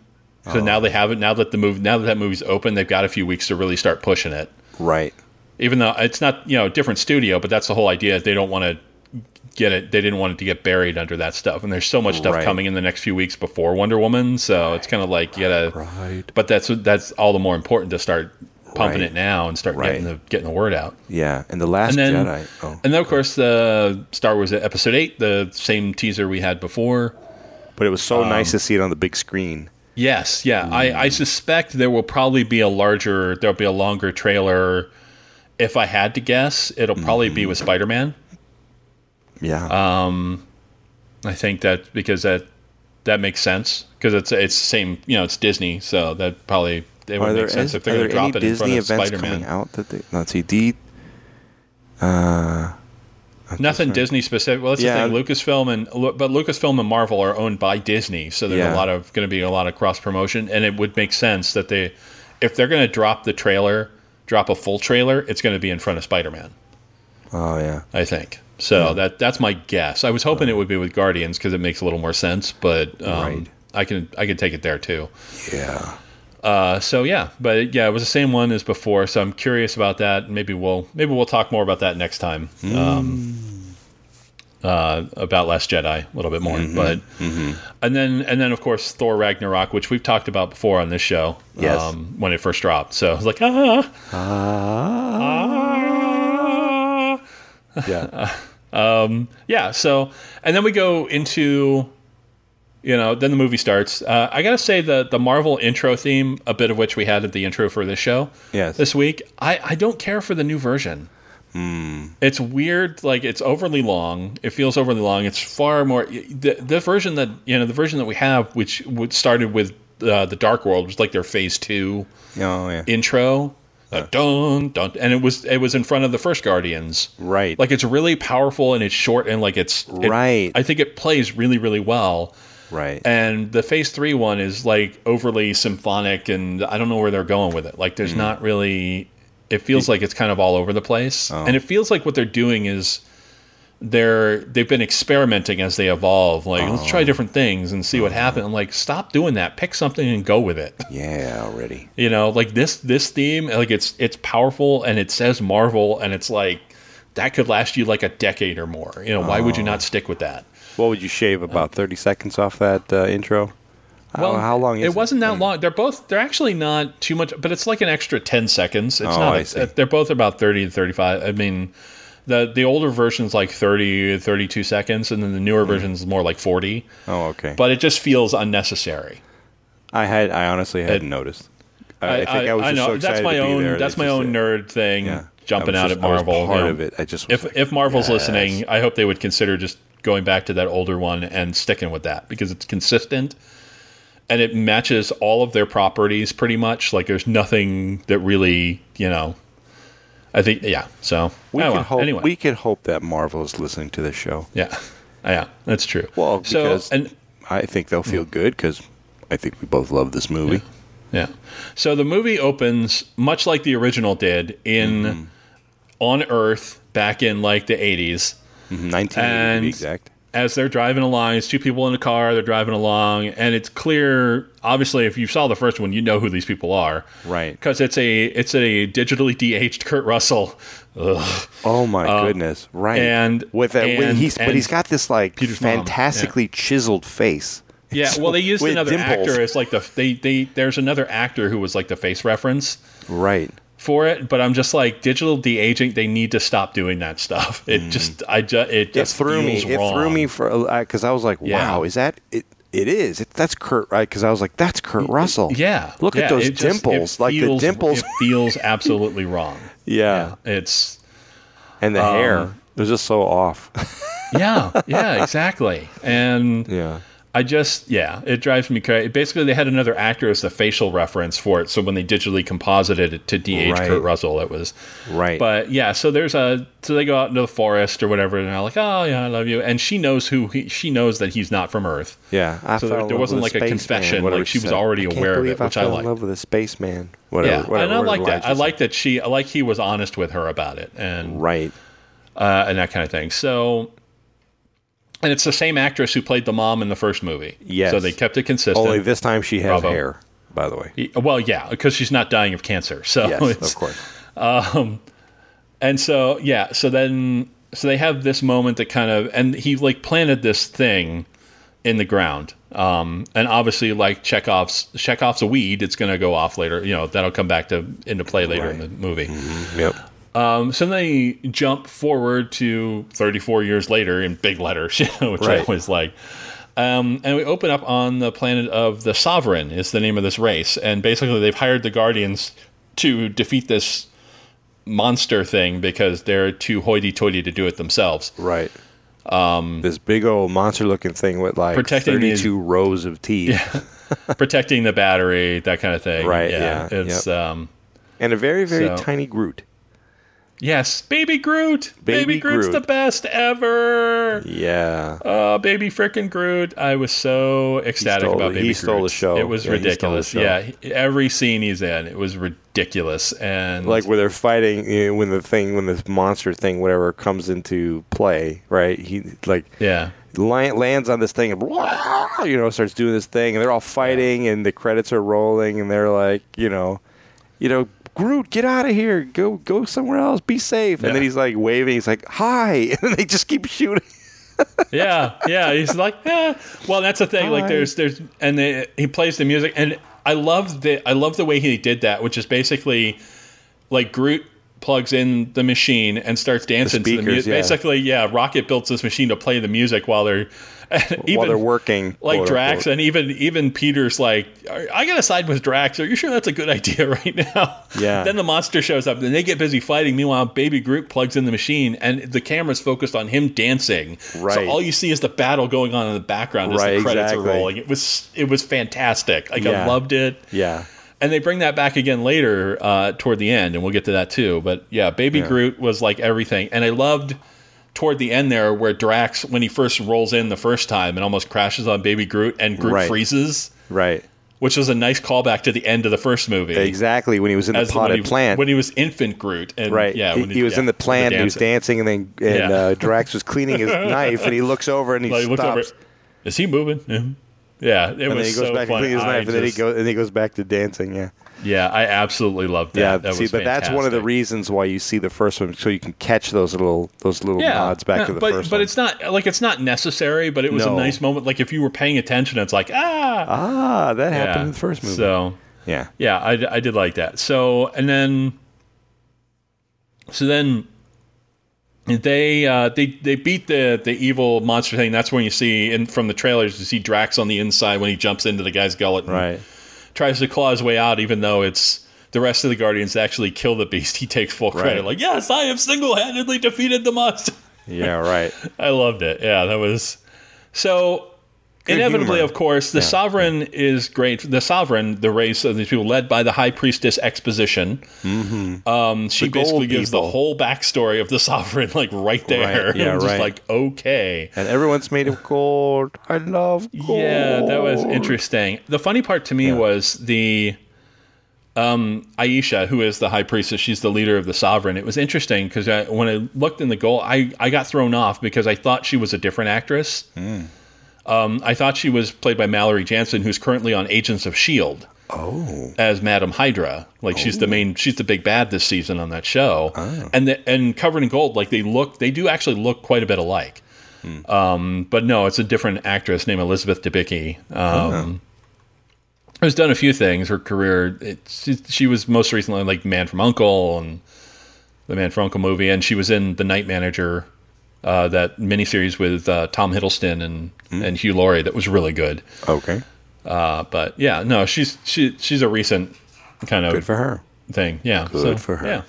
S3: So now
S2: Oh.
S3: they haven't. Now that the movie, now that that movie's open, they've got a few weeks to really start pushing it.
S2: Right.
S3: Even though it's not, you know, a different studio, but that's the whole idea. They don't want to get it. They didn't want it to get buried under that stuff. And there's so much stuff
S2: Right.
S3: coming in the next few weeks before Wonder Woman. So it's kind of like you gotta. But that's that's all the more important to start pumping
S2: Right.
S3: it now and start getting
S2: Right.
S3: the getting the word out.
S2: Yeah. And the Last
S3: And then,
S2: Jedi. Oh.
S3: and then of course the Star Wars Episode Eight, the same teaser we had before.
S2: But it was so
S3: Um,
S2: nice to see it on the big screen.
S3: Yes,
S2: Mm.
S3: yeah. I, I suspect there will probably be a larger, there'll be a longer trailer, if I had to guess, it'll probably
S2: Mm-hmm.
S3: be with Spider Man.
S2: Yeah.
S3: Uh, I think that because that that makes sense because it's it's same you know it's Disney, so that probably it
S2: are
S3: would
S2: there,
S3: make sense
S2: is-
S3: if they're
S2: are
S3: going
S2: there
S3: to drop
S2: any
S3: it in
S2: Disney
S3: front of
S2: events
S3: Spider
S2: coming
S3: Man.
S2: out that they? Let's see. D.
S3: Nothing Disney specific. Well, that's
S2: Yeah.
S3: the thing. Lucasfilm and Lu- but Lucasfilm and Marvel are owned by Disney, so there's
S2: Yeah.
S3: a lot of going to be a lot of cross promotion, and it would make sense that they if they're going to drop the trailer, drop a full trailer, it's going to be in front of Spider Man.
S2: Oh yeah.
S3: I think. So
S2: Hmm.
S3: that that's my guess. I was hoping it would be with Guardians because it makes a little more sense, but um,
S2: Right.
S3: I can I can take it there too.
S2: Yeah.
S3: Uh, so yeah, but yeah, it was the same one as before. So I'm curious about that. Maybe we'll maybe we'll talk more about that next time. Um, uh, about Last Jedi a little bit more, but and then and then of course Thor Ragnarok, which we've talked about before on this show. um,
S2: Yes.
S3: when it first dropped, so I was like ah. ah. [LAUGHS]
S2: Yeah.
S3: yeah so and then we go into you know then the movie starts uh, i gotta say the the marvel intro theme a bit of which we had at the intro for this show
S2: Yes.
S3: this week i i don't care for the new version it's weird like it's overly long it feels overly long it's far more the, the version that you know the version that we have which would- started with uh, the dark world was like their phase two
S2: Oh yeah.
S3: intro uh, dun, dun, and it was it was in front of the first guardians
S2: Right.
S3: like it's really powerful and it's short and like it's it-
S2: Right.
S3: i think it plays really really well
S2: right.
S3: and the phase three one is like overly symphonic and i don't know where they're going with it like there's not really it feels like it's kind of all over the place and it feels like what they're doing is they're they've been experimenting as they evolve like let's try different things and see what happens I'm like stop doing that pick something and go with it
S2: yeah. Already.
S3: you know like this this theme like it's it's powerful and it says marvel and it's like that could last you like a decade or more you know why would
S2: Oh.
S3: you not stick with that
S2: What would you shave
S3: Uh,
S2: about thirty seconds off that uh, intro? How, how long is Hmm.
S3: it wasn't that long they're both they're actually not too much but it's like an extra 10 seconds it's
S2: Oh,
S3: not
S2: I
S3: a- uh,
S2: see.
S3: they're both about 30 to 35 i mean the the older version's like 30 32 seconds and then the newer
S2: Hmm.
S3: version's more like 40
S2: Oh, okay.
S3: but it just feels unnecessary
S2: I had. I honestly hadn't noticed. I, I think I, was just so excited
S3: that's my
S2: to be
S3: own
S2: there
S3: that's
S2: that
S3: my
S2: just-
S3: own nerd thing
S2: yeah.
S3: jumping
S2: I
S3: out
S2: was
S3: at
S2: just- I was
S3: Marvel you
S2: part
S3: know.
S2: of it. I just. Was
S3: if
S2: like,
S3: if Marvel's
S2: yes.
S3: listening, I hope they would consider just going back to that older one and sticking with that because it's consistent and it matches all of their properties pretty much. Like there's nothing that really, you know, I think yeah. So
S2: we
S3: oh,
S2: could
S3: well.
S2: hope.
S3: anyway,
S2: We could hope that Marvel is listening to this show.
S3: yeah, yeah, that's true.
S2: Well, because
S3: so and
S2: I think they'll feel good because I think we both love this movie.
S3: Mm. Yeah. So the movie opens much like the original did in
S2: Mm-hmm.
S3: on Earth back in like the 80s.
S2: 1980 Mm-hmm. to
S3: And-
S2: be exact.
S3: as they're driving along, it's two people in a car, they're driving along, and it's clear obviously if you saw the first one, you know who these people are.
S2: Right.
S3: Because it's a it's a digitally de-aged Kurt Russell. Ugh.
S2: Oh my goodness! Right,
S3: Uh, and-
S2: with that,
S3: and-
S2: he's but
S3: and
S2: he's got this like
S3: Peter's mom, yeah.
S2: fantastically chiseled face.
S3: Yeah, well they
S2: [LAUGHS]
S3: used
S2: With
S3: another
S2: dimples.
S3: actor as like the they they there's another actor who was like the face reference
S2: Right,
S3: for it, but I'm just like digital de-aging, they need to stop doing that stuff. It just I just it
S2: Hmm. it
S3: just
S2: threw me.
S3: feels
S2: It threw
S3: wrong.
S2: me for because I was like,
S3: Yeah.
S2: "Wow, is that it? It is. It, that's Kurt, right?" Because I was like, "That's Kurt Russell."
S3: Yeah.
S2: look
S3: yeah,
S2: at those
S3: it just- it
S2: dimples, like
S3: feels-
S2: the dimples.
S3: It feels absolutely wrong.
S2: [LAUGHS] yeah.
S3: It's
S2: and the hair
S3: Um,
S2: it was just so
S3: [LAUGHS]
S2: off.
S3: yeah, yeah, exactly. And
S2: yeah,
S3: I just, yeah, it drives me crazy. Basically, they had another actor as the facial reference for it. So when they digitally composited it to DH
S2: Right.
S3: Kurt Russell, it was.
S2: right.
S3: But yeah, so there's a, so they go out into the forest or whatever, and they're like, oh, yeah, I love you. And she knows who, he, she knows that he's not from Earth.
S2: yeah, I fell
S3: so there-
S2: in
S3: there
S2: love
S3: wasn't
S2: with
S3: like a
S2: spaceman,
S3: confession,
S2: whatever
S3: like she was
S2: said.
S3: already
S2: I can't
S3: aware of
S2: believe
S3: it, which I
S2: fell in
S3: liked.
S2: love with a spaceman. Whatever.
S3: yeah,
S2: whatever,
S3: and I
S2: whatever
S3: like that.
S2: Elijah
S3: I
S2: said.
S3: like that she, I like he was honest with her about it. And
S2: Right.
S3: uh, and that kind of thing. So, and it's the same actress who played the mom in the first movie.
S2: Yes.
S3: So they kept it consistent.
S2: Only this time she has
S3: Bravo.
S2: hair. By the way.
S3: well, yeah, because she's not dying of cancer. So,
S2: Yes,
S3: it's-
S2: of course.
S3: and so yeah, so then so they have this moment that kind of and he like planted this thing in the ground. Um, and obviously, like Chekhov's Chekhov's a weed. It's going to go off later. You know that'll come back to into play later in the movie.
S2: Yep.
S3: Um, so then they jump forward to 34 years later in big letters, [LAUGHS] you know, which I
S2: Right.
S3: always like. Um, and we open up on the planet of the Sovereign is the name of this race, and basically they've hired the Guardians to defeat this monster thing because they're too hoity-toity to do
S2: [LAUGHS]
S3: it themselves.
S2: Right. Um, this big old monster-looking thing with like
S3: Protecting the-
S2: thirty-two rows of teeth
S3: Protecting the battery, that kind of thing.
S2: Right, yeah,
S3: It's
S2: yep.
S3: um
S2: and a very, very
S3: So-
S2: tiny Groot.
S3: yes, Baby Groot. Baby,
S2: Baby
S3: Groot's
S2: Groot.
S3: the best ever.
S2: Yeah.
S3: Oh, baby frickin' Groot. I was so ecstatic
S2: stole-
S3: about
S2: he
S3: baby Groot.
S2: stole the show.
S3: It was
S2: Yeah, he stole the
S3: ridiculous.
S2: show.
S3: Yeah, he- every scene he's in, it was ridiculous. And
S2: like where they're fighting you know, when the thing when this monster thing whatever comes into play right he like
S3: yeah.
S2: li- lands on this thing and blah, you know starts doing this thing and they're all fighting and the credits are rolling and they're like you know you know Groot get out of here go go somewhere else be safe
S3: Yeah.
S2: and then he's like waving he's like hi [LAUGHS] and then they just keep
S3: [LAUGHS]
S2: shooting
S3: yeah, yeah. He's like, eh. well, that's the thing. Like,
S2: Hi.
S3: there's, there's, and they, he plays the music, and I love the, I love the way he did that, which is basically like Groot plugs in the machine and starts dancing to the
S2: speakers,
S3: music.
S2: yeah.
S3: Basically, yeah, Rocket built this machine to play the music while they're, [LAUGHS] and even
S2: while they're working
S3: like
S2: quote,
S3: Drax,
S2: unquote.
S3: and even even Peter's like, "Are- I gotta side with Drax. Are you sure that's a good [LAUGHS] idea right now?
S2: Yeah.
S3: then the monster shows up, and they get busy fighting. Meanwhile, Baby Groot plugs in the machine, and the camera's focused on him dancing.
S2: Right.
S3: So all you see is the battle going on in the background as
S2: Right,
S3: the credits
S2: exactly.
S3: are rolling. It was it was fantastic. Like I
S2: Yeah.
S3: loved it.
S2: yeah
S3: And they bring that back again later uh, toward the end, and we'll get to that too. But yeah, Baby Groot was like everything, and I loved toward the end there where Drax, when he first rolls in the first time, and almost crashes on Baby Groot, and Groot
S2: Right.
S3: freezes,
S2: right
S3: which was a nice callback to the end of the first movie.
S2: exactly when he was in the
S3: As when
S2: potted
S3: he,
S2: plant
S3: when he was infant Groot, and
S2: Right.
S3: Yeah,
S2: He,
S3: when
S2: he was
S3: yeah,
S2: in the plant.
S3: with
S2: he was dancing, and then and
S3: Yeah.
S2: uh, Drax was cleaning
S3: [LAUGHS]
S2: his knife, and he looks over and he
S3: Like, he
S2: stops.
S3: looks over. Is he moving? Yeah. Yeah, it
S2: And
S3: was
S2: then he goes
S3: so
S2: back
S3: fun.
S2: and cleans his
S3: I
S2: knife, and then he
S3: just-
S2: goes and he goes back to dancing. Yeah,
S3: Yeah, I absolutely loved that.
S2: yeah.
S3: that
S2: see,
S3: was
S2: but that's one of the
S3: fantastic.
S2: reasons why you see the first one, so you can catch those little those little nods back
S3: no,
S2: to the
S3: but,
S2: first
S3: but
S2: one.
S3: it's not like it's not necessary, but it was
S2: No.
S3: a nice moment. Like if you were paying attention, it's like ah,
S2: ah, that
S3: yeah.
S2: happened in the first movie.
S3: So
S2: yeah,
S3: yeah, I, I did like that. So and then so then they uh, they they beat the the evil monster thing. That's when you see in from the trailers you see Drax on the inside when he jumps into the guy's gullet and
S2: right.
S3: tries to claw his way out, even though it's. The rest of the Guardians that actually kill the beast. [LAUGHS] He takes full credit,
S2: Right.
S3: like, "Yes, I have single-handedly defeated the monster."
S2: Yeah,
S3: [LAUGHS]
S2: right.
S3: I loved it. Yeah, that was so. inevitably,
S2: humor.
S3: of course, the sovereign is great. The sovereign, the race of these people, led by the high priestess Exposition. Mm-hmm. Um, she
S2: gold
S3: basically gives the
S2: people.
S3: whole backstory of the [LAUGHS] sovereign, like right there. [LAUGHS]
S2: Right, yeah,
S3: I'm just
S2: right.
S3: like okay.
S2: And everyone's made of gold. I love gold.
S3: Yeah, that was interesting. The funny part to me was the um, Aisha, who is the high priestess, she's the leader of the sovereign. It was interesting because I, when I looked in the goal, I, I got thrown off because I thought she was a different actress. Um, I thought she was played by Mallory Jansen, who's currently on Agents of Shield
S2: Oh,
S3: E as Madame Hydra. Like she's the main, she's the big bad this season on that show. And the, and covered in gold, like they look, they do actually look quite a bit alike. Um, but no, it's a different actress named Elizabeth Debicki. Um, Who's done a few things her career. It, she, she was most recently like Man from Uncle and the Man from Uncle movie, and she was in The Night Manager, uh, that miniseries with uh, Tom Hiddleston and and Hugh Laurie that was really good.
S2: okay.
S3: Uh, but yeah, no, she's she she's a recent kind of
S2: Good for her.
S3: thing. Yeah,
S2: Good for her.
S3: Yeah,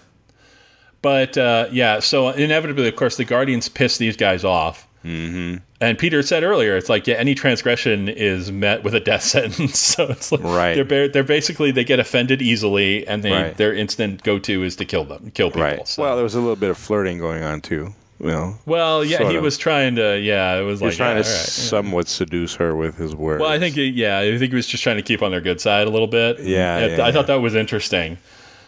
S3: but uh, yeah, so inevitably, of course, the Guardians piss these guys off. Mm-hmm. And Peter said earlier, it's like yeah, any transgression is met with a death [LAUGHS] sentence. so it's like
S2: Right.
S3: they're ba- they're basically they get offended easily, and they
S2: Right.
S3: their instant go to is to kill them, kill people.
S2: Right.
S3: So-
S2: Well, there was a little bit of flirting going on too. Well,
S3: well, yeah,
S2: sort
S3: he
S2: of.
S3: was trying to. Yeah, it was
S2: He
S3: like
S2: was trying
S3: yeah,
S2: to
S3: all right.
S2: somewhat seduce her with his words.
S3: Well, I think yeah, I think he was just trying to keep on their good side a little bit.
S2: Yeah,
S3: I,
S2: yeah,
S3: I thought that was interesting.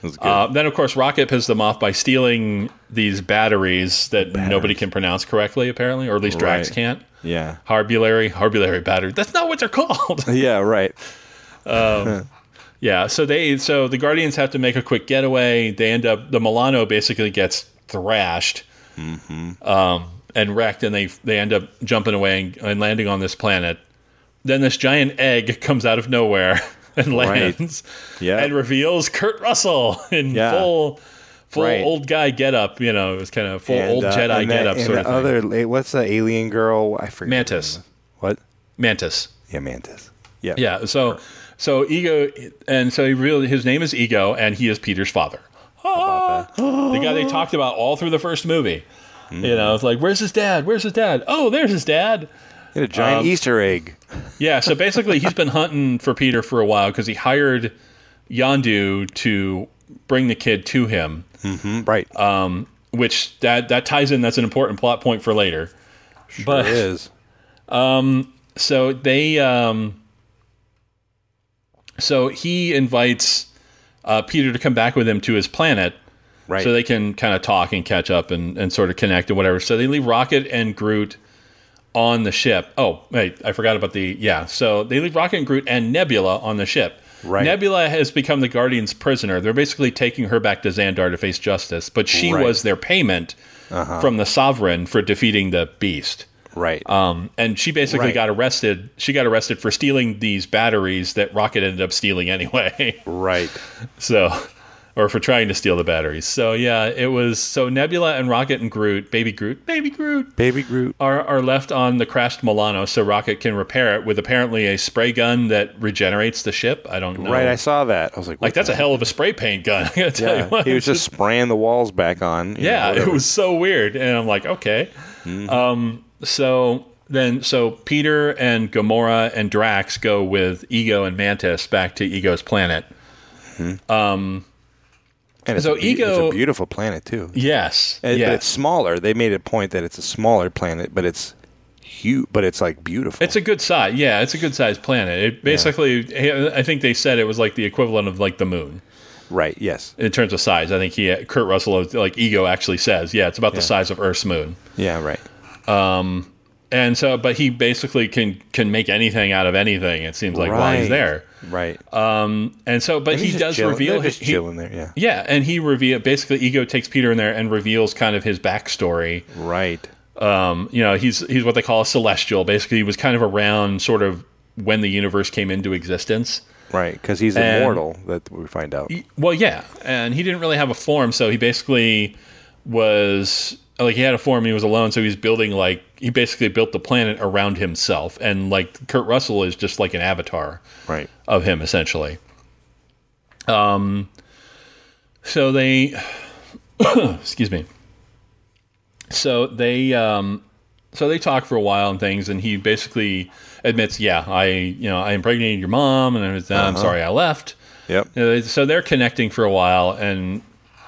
S2: It was good.
S3: Uh, then, of course, Rocket pisses them off by stealing these batteries that nobody can pronounce correctly, apparently, or at least Drax
S2: Right.
S3: can't.
S2: yeah.
S3: Harbulary, harbulary battery. That's not what they're called. [LAUGHS]
S2: Yeah. Right.
S3: yeah. So they, so the Guardians have to make a quick getaway. They end up the Milano basically gets thrashed
S2: Mm-hmm.
S3: um, and wrecked, and they they end up jumping away and, and landing on this planet. Then this giant egg comes out of nowhere [LAUGHS] and
S2: Right.
S3: lands.
S2: Yeah.
S3: and reveals Kurt Russell [LAUGHS] in
S2: Yeah.
S3: full, full
S2: Right.
S3: old guy getup. You know, it was kind of full
S2: And,
S3: old
S2: uh,
S3: Jedi
S2: and that-
S3: getup
S2: and
S3: sort of
S2: the
S3: thing.
S2: other, la- what's the alien girl? I forget.
S3: Mantis,
S2: What?
S3: Mantis.
S2: Yeah, Mantis. Yeah.
S3: Yeah. So, so ego, and so he really his name is Ego, and he is Peter's father.
S2: about that.
S3: the guy they talked about all through the first movie. You know, it's like, where's his dad? Where's his dad? Oh, there's his dad.
S2: He had a giant
S3: Um,
S2: Easter egg.
S3: Yeah, so basically, he's been hunting for Peter for a while because he hired Yondu to bring the kid to him,
S2: Right. Uh,
S3: which that that ties in. That's an important plot point for later. but-
S2: it
S3: [LAUGHS]
S2: is.
S3: So they, um, so he invites uh, Peter to come back with him to his planet,
S2: Right.
S3: so they can kind of talk and catch up and, and sort of connect and whatever. So they leave Rocket and Groot on the ship. Oh, wait, I forgot about the yeah. So they leave Rocket and Groot and Nebula on the ship.
S2: Right.
S3: Nebula has become the Guardian's prisoner. They're basically taking her back to Xandar to face justice, but she
S2: Right. Uh-huh.
S3: was their payment from the Sovereign for defeating the Beast.
S2: right.
S3: Um, and she basically
S2: Right.
S3: got arrested. She got arrested for stealing these batteries that Rocket ended up stealing anyway. [LAUGHS]
S2: right.
S3: So, or for trying to steal the batteries. So yeah, it was so Nebula and Rocket and Groot, baby Groot, baby Groot,
S2: Baby Groot.
S3: are are left on the crashed Milano, so Rocket can repair it with apparently a spray gun that regenerates the ship. I don't know.
S2: Right. I saw that. I was like,
S3: like that's a hell of a spray paint gun. [LAUGHS] I gotta tell you what.
S2: he was just spraying the walls back on. you know,
S3: yeah, it
S2: whatever. Mm-hmm.
S3: was so weird, and I'm like, okay. Um, so then, so Peter and Gamora and Drax go with Ego and Mantis back to Ego's planet.
S2: And it's
S3: so
S2: a beau-
S3: Ego-
S2: It's a beautiful planet too.
S3: Yes,
S2: And-
S3: yes.
S2: But it's smaller. They made a point that it's a smaller planet, but it's huge. But it's like beautiful.
S3: It's a good size. Yeah, it's a good sized planet. It basically, I think they said it was like the equivalent of like the moon
S2: right. Yes.
S3: in terms of size. I think he, Kurt Russell, like ego actually says, yeah, it's about the size of Earth's moon.
S2: Yeah. Right.
S3: And so, but he basically can can make anything out of anything. It seems like while
S2: Right.
S3: he's there.
S2: Right.
S3: And so, but
S2: He's
S3: Uh, he
S2: just
S3: does
S2: chilling-
S3: reveal
S2: they're just
S3: he-
S2: chilling there. Yeah.
S3: yeah, and he reveal basically ego takes Peter in there and reveals kind of his backstory.
S2: Right.
S3: um, you know, he's he's what they call a celestial. Basically, he was kind of around sort of when the universe came into existence.
S2: Right. Because he's
S3: And-
S2: immortal. That we find out.
S3: Well, yeah, and he didn't really have a form, so he basically was like he had a form. He was alone, so he's building like he basically built the planet around himself, and like Kurt Russell is just like an avatar
S2: Right.
S3: of him essentially. Um, so they, [COUGHS] excuse me. So they, um, so they talk for a while and things, and he basically admits, yeah, I, you know, I impregnated your mom, and I was, I'm sorry I left.
S2: Yep.
S3: You know, they- Uh, so they're connecting for a while, and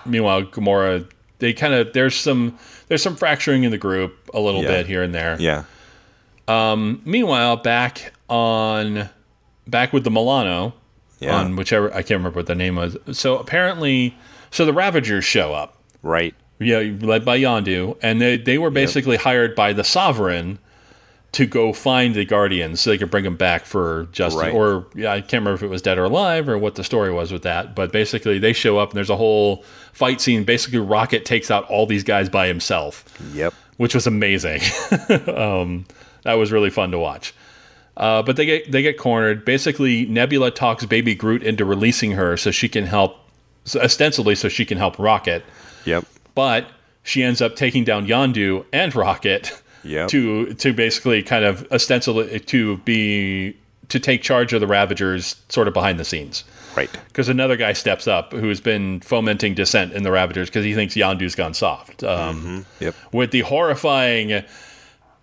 S3: meanwhile, Gamora, they kind of there's some there's some fracturing in the group a little
S2: Yeah.
S3: bit here and there.
S2: Yeah.
S3: Meanwhile, back on back with the Milano
S2: Yeah.
S3: on whichever I can't remember what the name was. So apparently, so the Ravagers show up,
S2: Right.
S3: yeah, led by Yondu, and they they were basically hired by the Sovereign to go find the Guardians so they could bring them back for justice.
S2: Right.
S3: Or yeah, I can't remember if it was dead or alive or what the story was with that. But basically, they show up and there's a whole fight scene. Basically, Rocket takes out all these guys by himself
S2: Yep.
S3: which was amazing. [LAUGHS] um, that was really fun to watch. Uh, but they get they get cornered. Basically, Nebula talks Baby Groot into releasing her so she can help, so ostensibly so she can help Rocket.
S2: Yep.
S3: But she ends up taking down Yondu and Rocket
S2: Yep.
S3: to to basically kind of ostensibly to be to take charge of the Ravagers, sort of behind the scenes.
S2: Right.
S3: Because another guy steps up who's been fomenting dissent in the Ravagers because he thinks Yondu's gone soft. Um,
S2: Yep.
S3: with the horrifying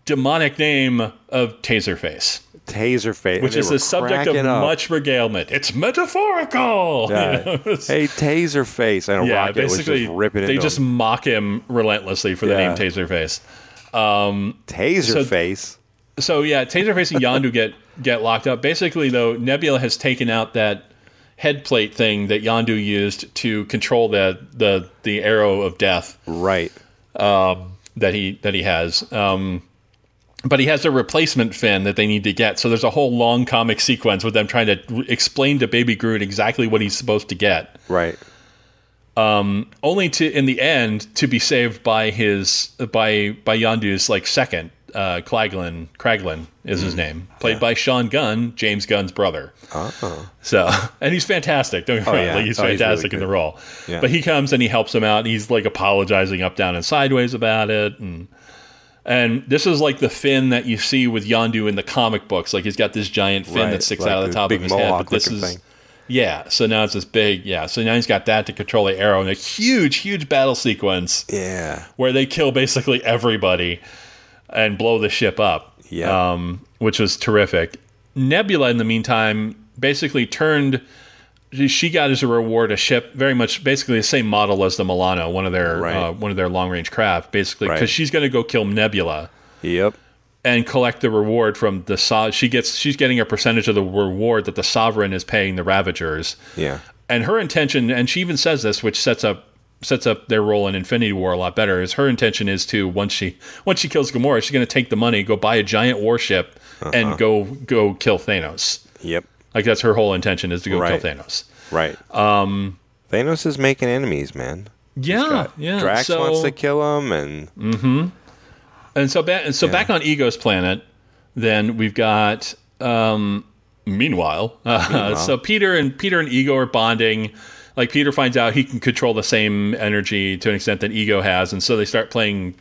S3: demonic name of Taserface,
S2: Taser face,
S3: which is the subject of much regalement. It's metaphorical. You know, it's-
S2: hey, taser face. I know
S3: [LAUGHS] yeah,
S2: Rocket was
S3: basically,
S2: just ripping it.
S3: they just mock him relentlessly for the
S2: Yeah.
S3: name Taserface.
S2: taser
S3: so-
S2: face.
S3: So yeah, Taserface and Yondu get get locked up. Basically, though, Nebula has taken out that head plate thing that Yondu used to control the the the arrow of death.
S2: Right.
S3: that he that he has. Um, but he has a replacement fin that they need to get. So there's a whole long comic sequence with them trying to r- explain to Baby Groot exactly what he's supposed to get,
S2: Right.
S3: only to in the end to be saved by his by by Yondu's like second. Uh, Claglin, Craglin is
S2: Hmm.
S3: his name, played by Sean Gunn, James Gunn's brother.
S2: Uh-oh.
S3: So, [LAUGHS] and he's fantastic. Don't get me wrong,
S2: yeah.
S3: like, he's
S2: Oh, he's really
S3: fantastic in
S2: good.
S3: the role.
S2: Yeah.
S3: But he comes and he helps him out. And he's like apologizing up, down, and sideways about it. And and this is like the fin that you see with Yondu in the comic books. Like he's got this giant fin
S2: Right,
S3: that sticks
S2: like
S3: out of the
S2: the
S3: top
S2: big
S3: of his head. But
S2: mohawk
S3: this
S2: looking
S3: is
S2: thing.
S3: Yeah, so now it's this big, yeah. So now he's got that to control the arrow and a huge, huge battle sequence
S2: Yeah.
S3: where they kill basically everybody and blow the ship up.
S2: Yeah.
S3: Um, which was terrific. Nebula, in the meantime, basically turned. She got as a reward a ship very much basically the same model as the Milano, one of their
S2: Right.
S3: uh, one of their long range craft, basically because
S2: Right.
S3: she's going to go kill Nebula
S2: Yep.
S3: and collect the reward from the so- she gets she's getting a percentage of the reward that the sovereign is paying the Ravagers
S2: Yeah.
S3: and her intention and she even says this which sets up sets up their role in Infinity War a lot better is her intention is to once she once she kills Gamora she's going to take the money go buy a giant warship
S2: Uh-huh.
S3: and go go kill Thanos
S2: Yep.
S3: like that's her whole intention is to go
S2: Right.
S3: kill Thanos
S2: Right. Um. Thanos is making enemies, man.
S3: yeah yeah
S2: Drax
S3: Hmm, so, Hmm.
S2: wants to kill him, and
S3: and so back and so back on Ego's planet then we've got um meanwhile, [LAUGHS] Uh, so Peter and Peter and Ego are bonding like Peter finds out he can control the same energy to an extent that Ego has and so they start playing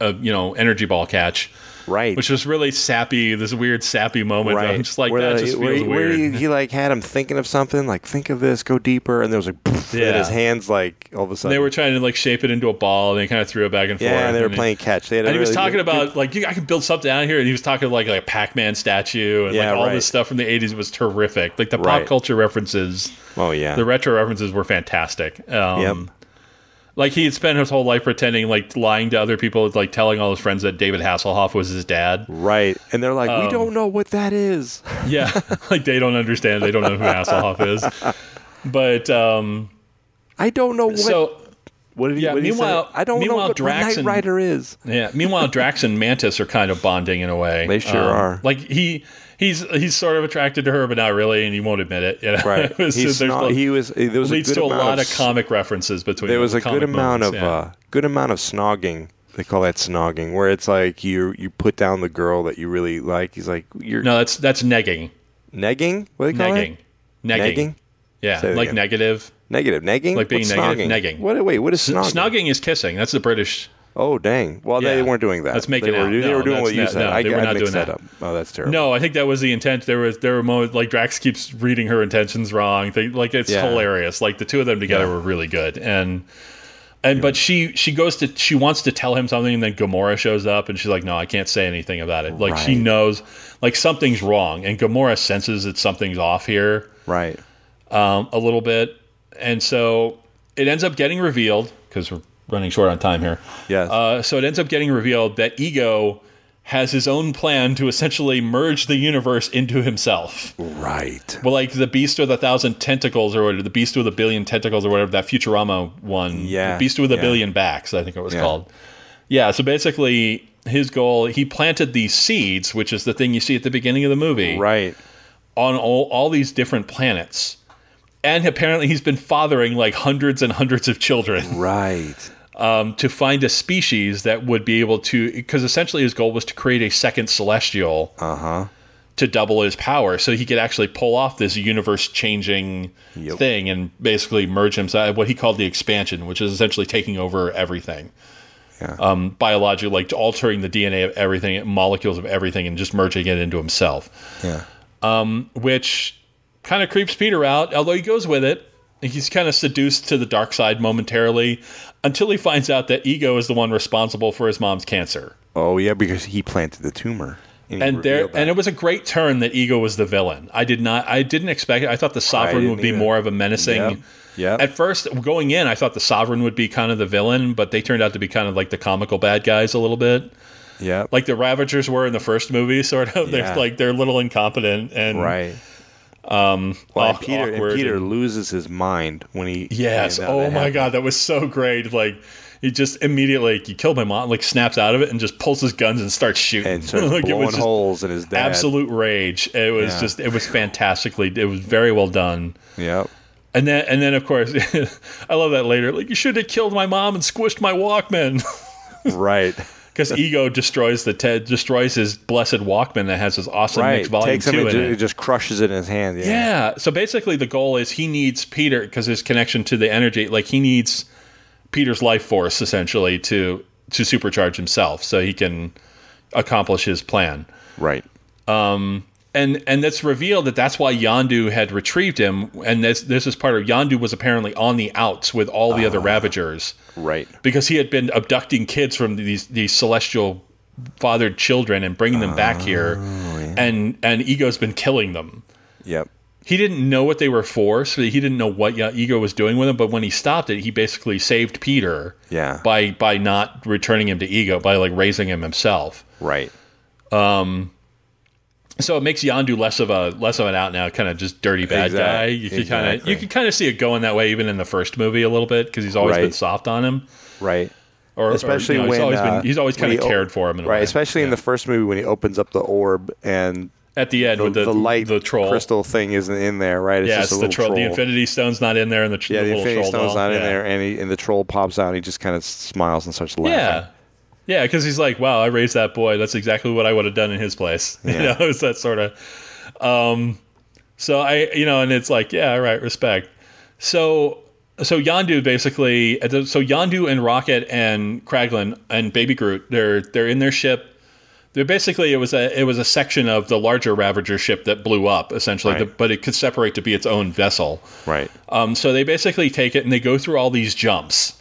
S3: a you know energy ball catch
S2: right.
S3: which was really sappy this weird sappy moment
S2: right.
S3: I'm just like
S2: Where
S3: that
S2: the-
S3: just
S2: where
S3: feels
S2: he- where
S3: weird
S2: he, he like had him thinking of something, like think of this, go deeper, and there was like, poof, and
S3: Yeah.
S2: his hands like all of a sudden
S3: they were trying to like shape it into a ball and they kind of threw it back and forth
S2: yeah, they were
S3: and it-
S2: playing catch. They had a
S3: And he was
S2: really
S3: talking
S2: good-
S3: about like you, I can build something out here, and he was talking like like a Pac-Man statue and
S2: Yeah,
S3: like all
S2: right.
S3: this stuff from the '80s was terrific. Like the
S2: Right.
S3: pop culture references,
S2: Oh yeah,
S3: the retro references were fantastic. Um, Like he had spent his whole life pretending, like lying to other people, like telling all his friends that David Hasselhoff was
S2: [LAUGHS]
S3: his dad.
S2: right. And they're like,
S3: Um,
S2: we don't know what that is.
S3: Yeah, like they don't understand, they don't know who Hasselhoff is. But um,
S2: I don't know what.
S3: so
S2: what did he,
S3: yeah,
S2: what did he say?
S3: meanwhile-
S2: I don't know
S3: meanwhile,
S2: what,
S3: Drax
S2: Drax
S3: and-
S2: Rider
S3: [LAUGHS]
S2: is.
S3: Yeah. Meanwhile, Drax and Mantis are kind of bonding in a way. Um,
S2: They sure are.
S3: Like he he's he's sort of attracted to her, but not really, and he won't admit it. You know? [LAUGHS]
S2: Right.
S3: It was-
S2: He's
S3: there's
S2: not,
S3: like-
S2: he was. There was
S3: leads
S2: a good
S3: to a
S2: amount
S3: lot of
S2: s-
S3: comic references between.
S2: There was
S3: the
S2: a
S3: comic
S2: good amount
S3: moments,
S2: of
S3: yeah.
S2: uh, good amount of snogging. They call that snogging, where it's like you you put down the girl that you really like. He's like you're
S3: no, that's that's negging,
S2: negging. What do they call
S3: negging,
S2: it?
S3: negging.
S2: Negging.
S3: Yeah,
S2: Say it
S3: like
S2: again.
S3: negative.
S2: Negative. Negging.
S3: Like being
S2: What's snogging?
S3: negative, negging.
S2: What? Wait. What is snogging?
S3: Snogging is kissing. That's the British.
S2: Oh dang! Well,
S3: Yeah.
S2: they weren't doing that.
S3: Let's make
S2: they
S3: it
S2: were,
S3: out.
S2: They
S3: No,
S2: were doing what
S3: that's
S2: you
S3: not-
S2: said.
S3: no,
S2: I,
S3: they were
S2: I
S3: not
S2: mixed that
S3: doing that.
S2: up. Oh, that's terrible.
S3: No, I think that was the intent. There was there were moments like Drax keeps reading her intentions wrong. They, like it's
S2: Yeah.
S3: hilarious. Like the two of them together were really good. And and but she she goes to she wants to tell him something, and then Gamora shows up, and she's like, "No, I can't say anything about it." Like she
S2: Right.
S3: knows like something's wrong, and Gamora senses that something's off here
S2: Right.
S3: um, a little bit, and so it ends up getting revealed because we're running short on time here.
S2: Yes.
S3: Uh, so it ends up getting revealed that Ego has his own plan to essentially merge the universe into himself.
S2: right.
S3: Well, like the Beast with a Thousand Tentacles or whatever, the Beast with a Billion Tentacles or whatever, that Futurama one.
S2: Yeah,
S3: The Beast with a
S2: yeah.
S3: Billion Backs, I think it was
S2: Yeah.
S3: called. Yeah, so basically his goal, he planted these seeds, which is the thing you see at the beginning of the movie
S2: Right.
S3: on all, all these different planets. And apparently, he's been fathering like hundreds and hundreds of children
S2: Right.
S3: um, to find a species that would be able to. Because essentially, his goal was to create a second celestial
S2: Uh. Uh-huh.
S3: to double his power so he could actually pull off this universe changing
S2: Yep.
S3: thing and basically merge himself, uh, what he called the expansion, which is essentially taking over everything.
S2: Yeah.
S3: Um, biologically, like altering the DNA of everything, molecules of everything, and just merging it into himself
S2: Yeah.
S3: which kind of creeps Peter out, although he goes with it. He's kind of seduced to the dark side momentarily until he finds out that Ego is the one responsible for his mom's cancer.
S2: Oh yeah, because he planted the tumor. he
S3: And there
S2: revealed that.
S3: and it was a great turn that Ego was the villain. I did not I didn't expect it. I thought the sovereign
S2: didn't
S3: would be
S2: either.
S3: more of a menacing
S2: Yep. Yep.
S3: At first going in, I thought the sovereign would be kind of the villain, but they turned out to be kind of like the comical bad guys a little bit.
S2: yeah.
S3: Like the Ravagers were in the first movie sort of. [LAUGHS]
S2: Yeah.
S3: They're like they're a little incompetent and
S2: right. Um. Well, and
S3: aw-
S2: Peter and
S3: awkward
S2: Peter
S3: and-
S2: loses his mind when he.
S3: Yes.
S2: finds out
S3: Oh
S2: that
S3: my
S2: happened.
S3: god, that was so great. Like he just immediately like, you killed my mom, like snaps out of it and just pulls his guns and starts shooting.
S2: And starts
S3: [LAUGHS] like,
S2: blowing
S3: just
S2: holes in his dad.
S3: absolute rage. It was
S2: Yeah.
S3: just it was fantastically it was very well done.
S2: Yep.
S3: And then and then of course [LAUGHS] I love that later. Like you should have killed my mom and squished my Walkman. [LAUGHS]
S2: Right.
S3: Because ego destroys the Ted destroys his blessed Walkman that has his awesome
S2: Right.
S3: mixed volume
S2: Takes him
S3: two
S2: and
S3: in
S2: ju-
S3: it.
S2: just crushes it in his hand. Yeah.
S3: Yeah. So basically, the goal is he needs Peter because his connection to the energy, like he needs Peter's life force essentially to to supercharge himself so he can accomplish his plan.
S2: Right.
S3: and and that's revealed that that's why Yandu had retrieved him, and this this is part of Yandu was apparently on the outs with all the other Ravagers
S2: Right.
S3: because he had been abducting kids from these these celestial fathered children and bringing them back here, and and Ego's been killing them.
S2: Yep.
S3: He didn't know what they were for, so he didn't know what Ya- Ego was doing with them. But when he stopped it, he basically saved Peter.
S2: Yeah.
S3: By by not returning him to Ego, by like raising him himself.
S2: Right.
S3: So it makes Yandu less of a less of an out now kind of just dirty bad
S2: Exact-
S3: guy. You can kind of
S2: exactly.
S3: you can kind of see it going that way even in the first movie a little bit because he's always
S2: Right.
S3: been soft on him.
S2: Right.
S3: Or or,
S2: Especially
S3: you know,
S2: when
S3: he's always
S2: uh,
S3: been he's always
S2: when
S3: kind of
S2: he o-
S3: cared for him in a
S2: Right.
S3: way.
S2: Especially in the first movie when he opens up the orb and
S3: at the end
S2: the,
S3: with the,
S2: the light
S3: the troll
S2: crystal thing isn't in there. Right. It's
S3: Yeah,
S2: just
S3: it's
S2: a
S3: the
S2: little
S3: troll.
S2: troll.
S3: The Infinity Stone's not in there, and the, tr-
S2: yeah,
S3: the
S2: the
S3: little
S2: Infinity
S3: troll
S2: Stone's
S3: doll.
S2: not in
S3: Yeah.
S2: there, and he, and the troll pops out. and He just kind of smiles and starts laughing.
S3: Yeah. Yeah, because he's like, wow, I raised that boy. That's exactly what I would have done in his place. [LAUGHS]
S2: Yeah.
S3: You know, it's that sort of. Um, so I, you know, and it's like, yeah, all right, respect. So, so Yandu basically, at the- so Yandu and Rocket and Kraglin and Baby Groot, they're they're in their ship. They're basically it was a it was a section of the larger Ravager ship that blew up essentially,
S2: Right.
S3: the- but it could separate to be its own vessel.
S2: Right.
S3: Um, so they basically take it and they go through all these jumps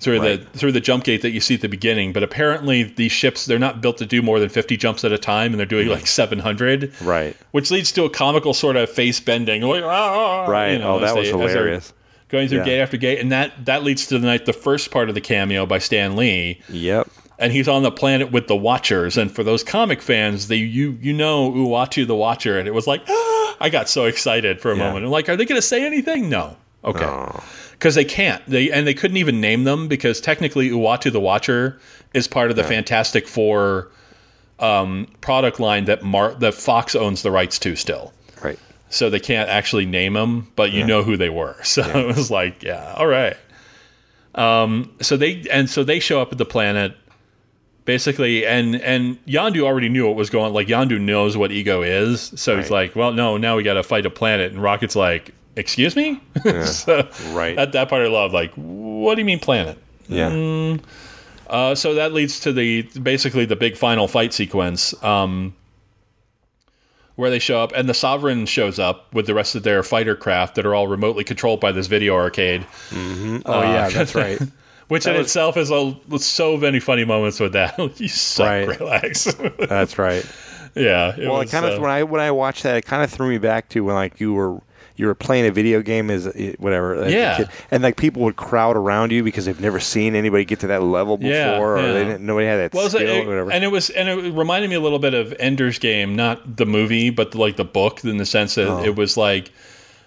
S3: through the through the jump gate that you see at the beginning. But apparently these ships they're not built to do more than fifty jumps at a time, and they're doing like seven hundred.
S2: Mm-hmm. Right.
S3: Which leads to a comical sort of face bending. Like, "Ah,"
S2: Right.
S3: you know,
S2: oh, that
S3: as
S2: was
S3: they- as they're
S2: hilarious.
S3: Going through
S2: Yeah.
S3: gate after gate, and that that leads to the night the first part of the cameo by Stan Lee
S2: Yep.
S3: and he's on the planet with the Watchers. And for those comic fans, they you you know Uatu the Watcher, and it was like [GASPS] I got so excited for a moment. I'm like, are they going to say anything? No, okay, because they can't. They and they couldn't even name them because technically Uatu the Watcher is part of the Fantastic Four um, product line that Mar- that Fox owns the rights to still.
S2: Right.
S3: So they can't actually name them, but you know who they were. [LAUGHS] So it was like, yeah, all right. Um, so they and so they show up at the planet basically and and Yandu already knew what was going like Yandu knows what ego is. So he's like, Well, no, now we gotta fight a planet and Rocket's like, Excuse me? [LAUGHS] so
S2: Right.
S3: that mm, that part I love, like, what do you mean planet?
S2: Yeah.
S3: Uh, so that leads to the basically the big final fight sequence um, where they show up and the sovereign shows up with the rest of their fighter craft that are all remotely controlled by this video arcade
S2: Oh,
S3: uh,
S2: yeah. That's
S3: [LAUGHS]
S2: right.
S3: which in
S2: was-
S3: itself is a, with so many funny moments with that [LAUGHS] you suck
S2: Right.
S3: relax [LAUGHS]
S2: That's right.
S3: yeah
S2: Well,
S3: was,
S2: it kind of
S3: uh,
S2: when I when I watched that, it kind of threw me back to when like you were you were playing a video game as it- whatever, as a
S3: Yeah.
S2: kid, and like people would crowd around you because they've never seen anybody get to that level before,
S3: Yeah,
S2: or
S3: yeah.
S2: they didn't nobody had that
S3: well, it was-
S2: skill,
S3: it-
S2: or whatever.
S3: and it was and it reminded me a little bit of Ender's Game, not the movie, but like the book, in the sense that
S2: Oh.
S3: it was like,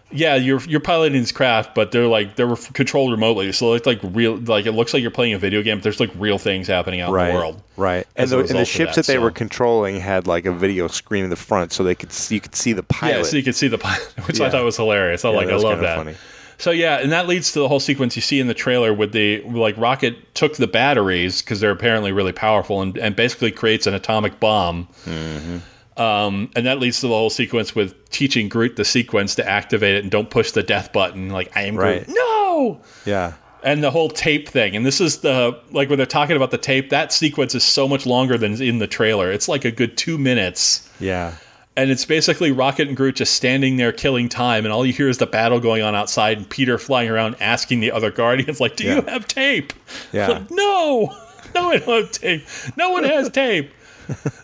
S3: yeah, you're you're piloting this craft, but they're like they're controlled remotely, so it's like real, like it looks like you're playing a video game. But there's like real things happening out in
S2: right,
S3: the world,
S2: right. And
S3: as
S2: the,
S3: a
S2: and
S3: result
S2: the
S3: of
S2: ships
S3: that,
S2: that, they
S3: so.
S2: were controlling had like a video screen in the front, so they could see, you could see the pilot.
S3: Yeah, so you could see the pilot, [LAUGHS] which I
S2: Yeah.
S3: thought was hilarious. I like,
S2: that
S3: I
S2: was
S3: love
S2: kinda
S3: that.
S2: funny.
S3: So yeah, and that leads to the whole sequence you see in the trailer with the like rocket took the batteries because they're apparently really powerful and, and basically creates an atomic bomb.
S2: Mm-hmm.
S3: Um, and that leads to the whole sequence with teaching Groot the sequence to activate it and don't push the death button. Like I am
S2: Right.
S3: Groot. No
S2: yeah,
S3: and the whole tape thing. And this is the like when they're talking about the tape. That sequence is so much longer than is in the trailer. It's like a good two minutes,
S2: yeah,
S3: and it's basically Rocket and Groot just standing there killing time, and all you hear is the battle going on outside, and Peter flying around asking the other Guardians like, "Do you
S2: Yeah.
S3: have tape?"
S2: Yeah.
S3: Like, no, [LAUGHS] no, I don't have tape. No one
S2: [LAUGHS]
S3: has tape.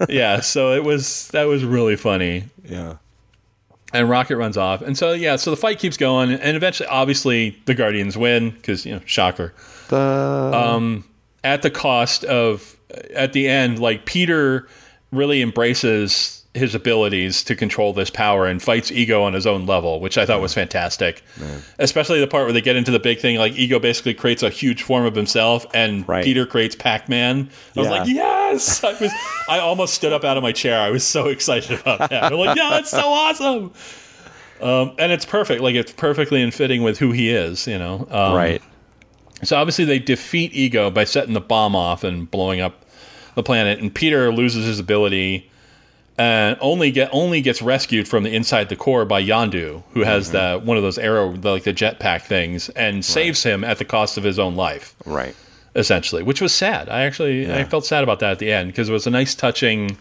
S3: yeah, so it was that was really funny
S2: yeah.
S3: and Rocket runs off. And so yeah, so the fight keeps going, and eventually, obviously, the Guardians win because you know, shocker. um, at the cost of at the end, like Peter really embraces his abilities to control this power and fights ego on his own level which i thought was fantastic especially the part where they get into the big thing like ego basically creates a huge form of himself and
S2: Right.
S3: peter creates pac-man i was
S2: Yeah.
S3: like yes I, was, I almost stood up out of my chair i was so [LAUGHS] excited about that i'm like yeah that's so awesome Um, and it's perfect. Like it's perfectly in fitting with who he is, you know. Um,
S2: right,
S3: So obviously they defeat Ego by setting the bomb off and blowing up the planet, and Peter loses his ability and only get only gets rescued from the inside the core by Yandu, who has
S2: Mm-hmm.
S3: the one of those arrow the, like the jetpack things, and saves him at the cost of his own life,
S2: right.
S3: essentially, which was sad. I actually I felt sad about that at the end because it was a nice touching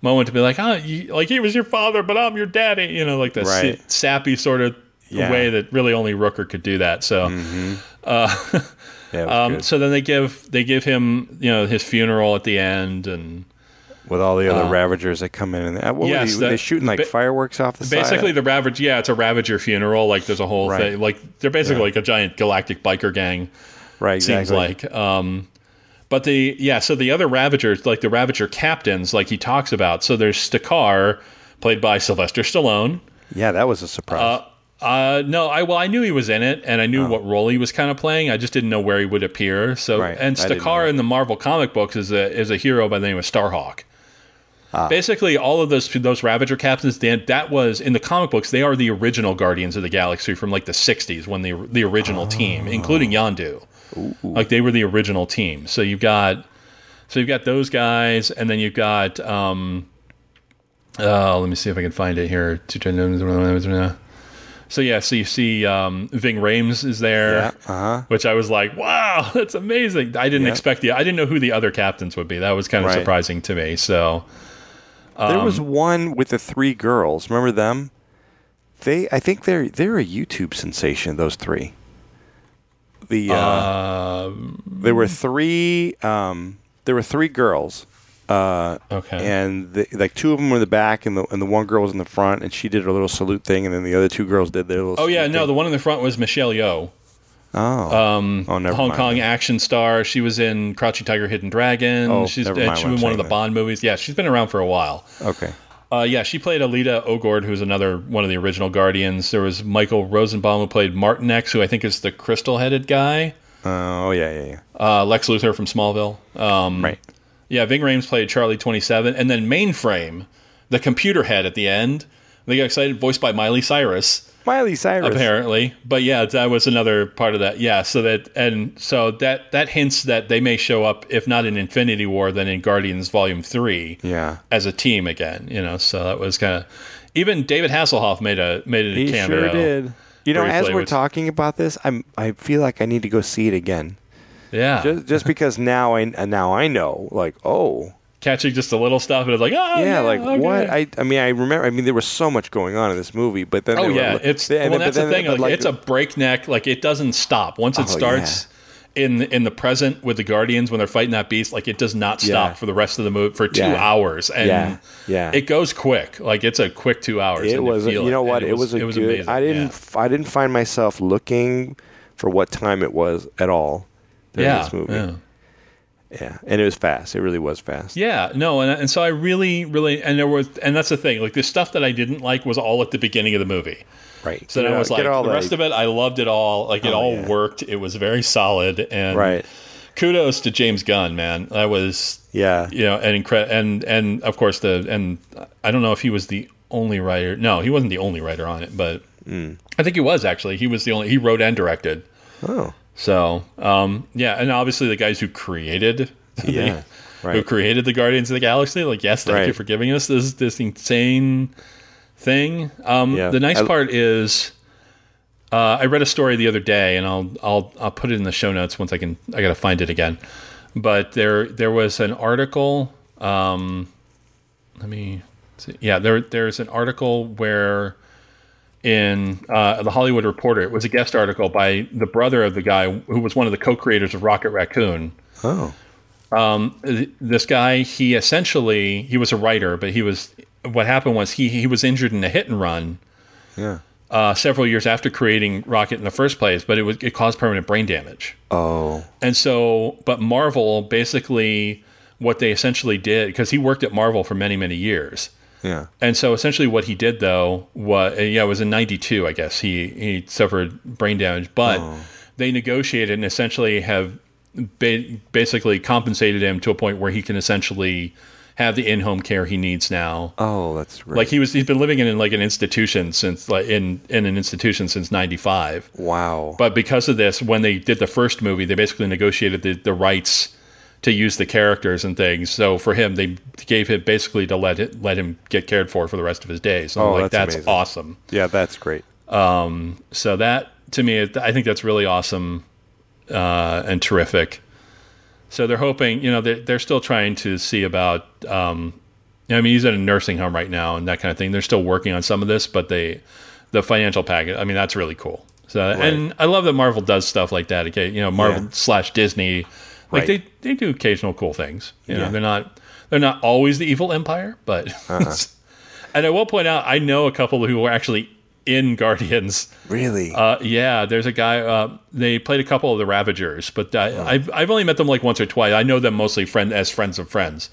S3: moment to be like, oh, you, like he was your father, but I'm your daddy. You know, like the sa-
S2: Right.
S3: sappy sort of
S2: Yeah. Mm-hmm.
S3: way that really only Rooker could do that. So. Uh,
S2: Yeah, it was
S3: Um,
S2: good.
S3: so then they give they give him you know his funeral at the end and
S2: with all the other Ravagers that come in, and that, what
S3: uh,
S2: were
S3: yes, the-
S2: they, they shooting like
S3: ba-
S2: fireworks off the
S3: basically
S2: side?
S3: the ravage yeah it's a ravager funeral like there's a whole
S2: Right.
S3: thing like they're basically like a giant galactic biker gang
S2: right,
S3: seems
S2: exactly.
S3: like um, but the yeah so the other ravagers like the ravager captains like he talks about so there's Stakar played by Sylvester Stallone
S2: yeah, that was a surprise.
S3: Uh, no, I well, I knew he was in it, and I
S2: Oh.
S3: knew what role he was kind of playing. I just didn't know where he would appear. So,
S2: Right,
S3: and
S2: I didn't
S3: Stakar in the Marvel comic books is a is a hero by the name of Starhawk.
S2: Ah.
S3: Basically, all of those those Ravager captains, Dan, that was in the comic books. They are the original Guardians of the Galaxy from like the '60s, when the the original team, including
S2: Ah.
S3: Yondu, like they were the original team. So you've got so you've got those guys, and then you've got um, uh, let me see if I can find it here. So yeah, so you see um, Ving Rhames is there,
S2: Yeah, uh-huh.
S3: which I was like, wow, [LAUGHS] that's amazing. I didn't
S2: Yeah.
S3: expect the I didn't know who the other captains would be. That was kind of
S2: Right.
S3: surprising to me. So Uh,
S2: there
S3: um,
S2: was one with the three girls. Remember them? They, I think they're they're a YouTube sensation. Those three. The uh,
S3: Um,
S2: there were three um, there were three girls,
S3: okay,
S2: and the, like two of them were in the back, and the and the one girl was in the front, and she did her little salute thing, and then the other two girls did their little.
S3: Oh yeah,
S2: salute
S3: no, the
S2: thing.
S3: one in the front was Michelle Yeoh,
S2: oh, um, oh, never
S3: Hong
S2: mind.
S3: Kong action star. She was in Crouching Tiger, Hidden Dragon.
S2: Oh,
S3: she's
S2: never
S3: and
S2: mind
S3: she
S2: what
S3: was
S2: I'm
S3: in one of the
S2: saying
S3: Bond movies. Yeah, she's been around for a while.
S2: Okay,
S3: Uh, yeah, she played Alita Ogord, who's another one of the original Guardians. There was Michael Rosenbaum who played Martin X, who I think is the crystal-headed guy.
S2: oh yeah, yeah, yeah,
S3: Uh, Lex Luthor from Smallville. Um,
S2: right.
S3: Yeah, Ving Rhames played Charlie 27, and then Mainframe, the computer head at the end. They got excited, voiced by Miley Cyrus.
S2: Miley Cyrus.
S3: apparently but yeah that was another part of that yeah so that and so that that hints that they may show up if not in infinity war then in guardians volume 3
S2: Yeah.
S3: as a team again you know so that was kind of even david hasselhoff made a made it a
S2: He
S3: cameo
S2: sure did. You know, as
S3: briefly,
S2: we're
S3: which-
S2: talking about this, I'm I feel like I need to go see it again.
S3: yeah
S2: Just, just because now I uh, now I know, like, oh,
S3: catching just a little stuff and it's like oh
S2: yeah, like
S3: okay.
S2: what? I I mean, I remember. I mean, there was so much going on in this movie, but then
S3: oh
S2: there were-
S3: yeah it's
S2: and then-
S3: well
S2: but
S3: that's the
S2: then-
S3: thing
S2: but,
S3: like, it's a breakneck like it doesn't stop once it
S2: Oh,
S3: starts in in the present with the guardians when they're fighting that beast like it does not stop
S2: Yeah.
S3: for the rest of the movie for two
S2: Yeah.
S3: hours and
S2: Yeah. Yeah.
S3: it goes quick like it's a quick two hours
S2: it
S3: and
S2: was
S3: feel
S2: you know
S3: and
S2: what? It, was, a good.
S3: amazing.
S2: I didn't
S3: yeah.
S2: f- I didn't find myself looking for what time it was at all during
S3: yeah,
S2: this movie.
S3: yeah.
S2: Yeah. and it was fast. It really was fast.
S3: Yeah, no, and, and so I really, really, and there was, and that's the thing. Like the stuff that I didn't like was all at the beginning of the movie.
S2: Right.
S3: So then
S2: Get
S3: I
S2: all-
S3: was
S2: get
S3: like,
S2: all Oh,
S3: the rest of it, I loved it all. Like it all
S2: yeah.
S3: worked. It was very solid. And
S2: Right.
S3: kudos to James Gunn, man. That was [LAUGHS]
S2: Yeah.
S3: you know, and incre- and and of course the and I don't know if he was the only writer. No, he wasn't the only writer on it, but
S2: Mm.
S3: I think he was actually. He was the only. He wrote and directed.
S2: Oh,
S3: So um, yeah, and obviously the guys who created. [LAUGHS] the-
S2: Yeah,
S3: Who
S2: right.
S3: created the Guardians of the Galaxy? Like, yes, thank you
S2: Right.
S3: for giving us this this insane thing. Um,
S2: Yeah.
S3: The nice
S2: I-
S3: part is, uh, I read a story the other day, and I'll I'll I'll put it in the show notes once I can. I gotta find it again. But there there was an article. Um, let me. See. Yeah, there there's an article where in uh, the Hollywood Reporter. It was a guest article by the brother of the guy who was one of the co-creators of Rocket Raccoon.
S2: oh,
S3: Th- This guy, he essentially he was a writer, but he was what happened was he he was injured in a hit and run
S2: yeah.
S3: uh, several years after creating Rocket in the first place, but it was it caused permanent brain damage.
S2: Oh,
S3: And so, but Marvel basically what they essentially did because he worked at Marvel for many many years.
S2: yeah.
S3: And so essentially what he did though was yeah, it was in 92 I guess. He he suffered brain damage, but they negotiated and essentially have ba- basically compensated him to a point where he can essentially have the in-home care he needs now.
S2: Oh, that's great.
S3: Like he was he's been living in like an institution since like in in an institution since 95.
S2: wow.
S3: But because of this, when they did the first movie, they basically negotiated the, the rights to use the characters and things. So for him, they gave him basically to let it, let him get cared for for the rest of his days. So I'm
S2: Oh,
S3: like,
S2: that's
S3: that's,
S2: amazing.
S3: awesome.
S2: yeah, that's great.
S3: So that to me, I think that's really awesome uh, and terrific. So they're hoping, you know, they're, they're still trying to see about, um, I mean, he's at a nursing home right now and that kind of thing. They're still working on some of this, but they, the financial package. I mean, that's really cool. So, and I love that Marvel does stuff like that. Okay, you know, Marvel
S2: Yeah.
S3: slash Disney,
S2: Right.
S3: like they they do occasional cool things. You know,
S2: Yeah.
S3: they're not they're not always the evil empire, but.
S2: Uh-huh.
S3: [LAUGHS] and I will point out, I know a couple who were actually in Guardians.
S2: Really?
S3: Uh, yeah, there's a guy. Uh, they played a couple of the Ravagers, but I, I've I've only met them like once or twice. I know them mostly friend as friends of friends.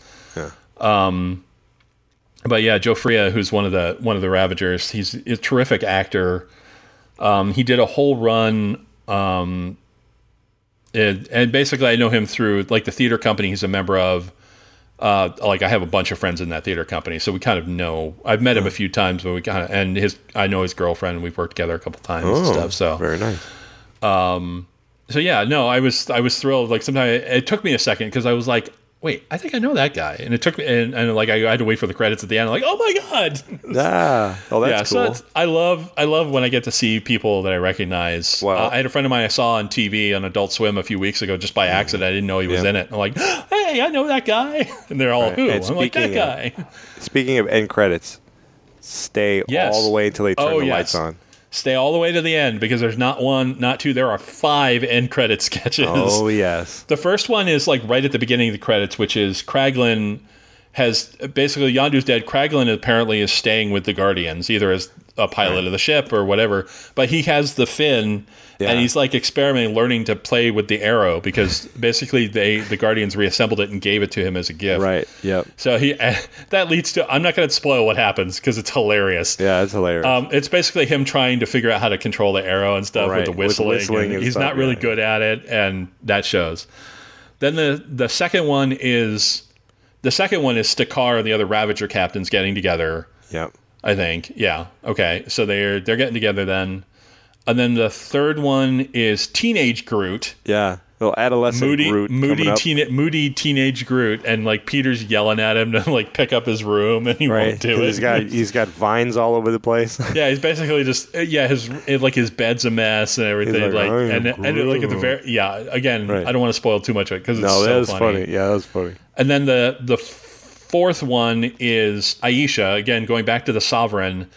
S3: Um, but yeah, Joe Fria, who's one of the one of the Ravagers, he's a terrific actor. Um, he did a whole run. Um, and, and basically, I know him through like the theater company he's a member of. Uh, like I have a bunch of friends in that theater company, so we kind of know. I've met him a few times, but we kind of and his I know his girlfriend. and We've worked together a couple times and stuff. So
S2: very nice.
S3: so yeah, no, I was I was thrilled. Like sometimes it took me a second because I was like, wait, I think I know that guy, and it took me and, and like I, had to wait for the credits at the end. Like, oh my god,
S2: Ah, oh,
S3: yeah.
S2: that's
S3: So
S2: cool.
S3: that's, I love I love when I get to see people that I recognize.
S2: Wow.
S3: Uh, I had a friend of mine I saw on TV on Adult Swim a few weeks ago just by accident. I didn't know he was
S2: Mm. Yeah.
S3: in it. I'm like, [GASPS] hey, I know that guy, [LAUGHS] and they're all
S2: Right.
S3: who?
S2: And
S3: I'm like that
S2: speaking of-
S3: guy. [LAUGHS]
S2: Speaking of end credits, stay
S3: Yes.
S2: all the way until they turn
S3: Oh,
S2: the
S3: yes.
S2: lights
S3: [LAUGHS]
S2: on.
S3: Stay all the way to the end because there's not one, not two. There are five end credit sketches.
S2: Oh yes.
S3: The first one is like right at the beginning of the credits, which is Kraglin has basically Yondu's dead. Kraglin apparently is staying with the Guardians, either as a pilot of the ship or whatever. But he has the fin,
S2: Yeah.
S3: and he's like experimenting, learning to play with the arrow
S2: [LAUGHS]
S3: because basically they the Guardians reassembled it and gave it to him as a gift.
S2: Right. Yep.
S3: So he [LAUGHS] that leads to I'm not going to spoil what happens because it's hilarious.
S2: Yeah, that's hilarious.
S3: Um, it's basically him trying to figure out how to control the arrow and stuff
S2: Right,
S3: with the
S2: with the
S3: whistling.
S2: whistling
S3: and
S2: and
S3: he's
S2: stuff,
S3: not really
S2: yeah.
S3: good at it, and that shows. Then the the second one is the second one is Stakar and the other Ravager captains getting together.
S2: yep.
S3: I think, yeah, okay. So they're they're getting together then, and then the third one is Teenage Groot,
S2: Yeah. Little adolescent
S3: moody
S2: Groot coming
S3: moody
S2: up.
S3: teen, moody teenage Groot, and like Peter's yelling at him to like pick up his room, and he
S2: Right.
S3: won't do it.
S2: He's got he's got vines all over the
S3: [LAUGHS]
S2: place.
S3: Yeah, he's basically just uh, yeah his uh, like his bed's a mess and everything
S2: like,
S3: like,
S2: "I am
S3: and and like at the
S2: Groot."
S3: very yeah again
S2: Right.
S3: I don't want to spoil too much of it because it's
S2: no,
S3: so
S2: that was
S3: funny.
S2: funny. Yeah, that was funny.
S3: And then the the f- fourth one is Aisha again going back to the sovereign,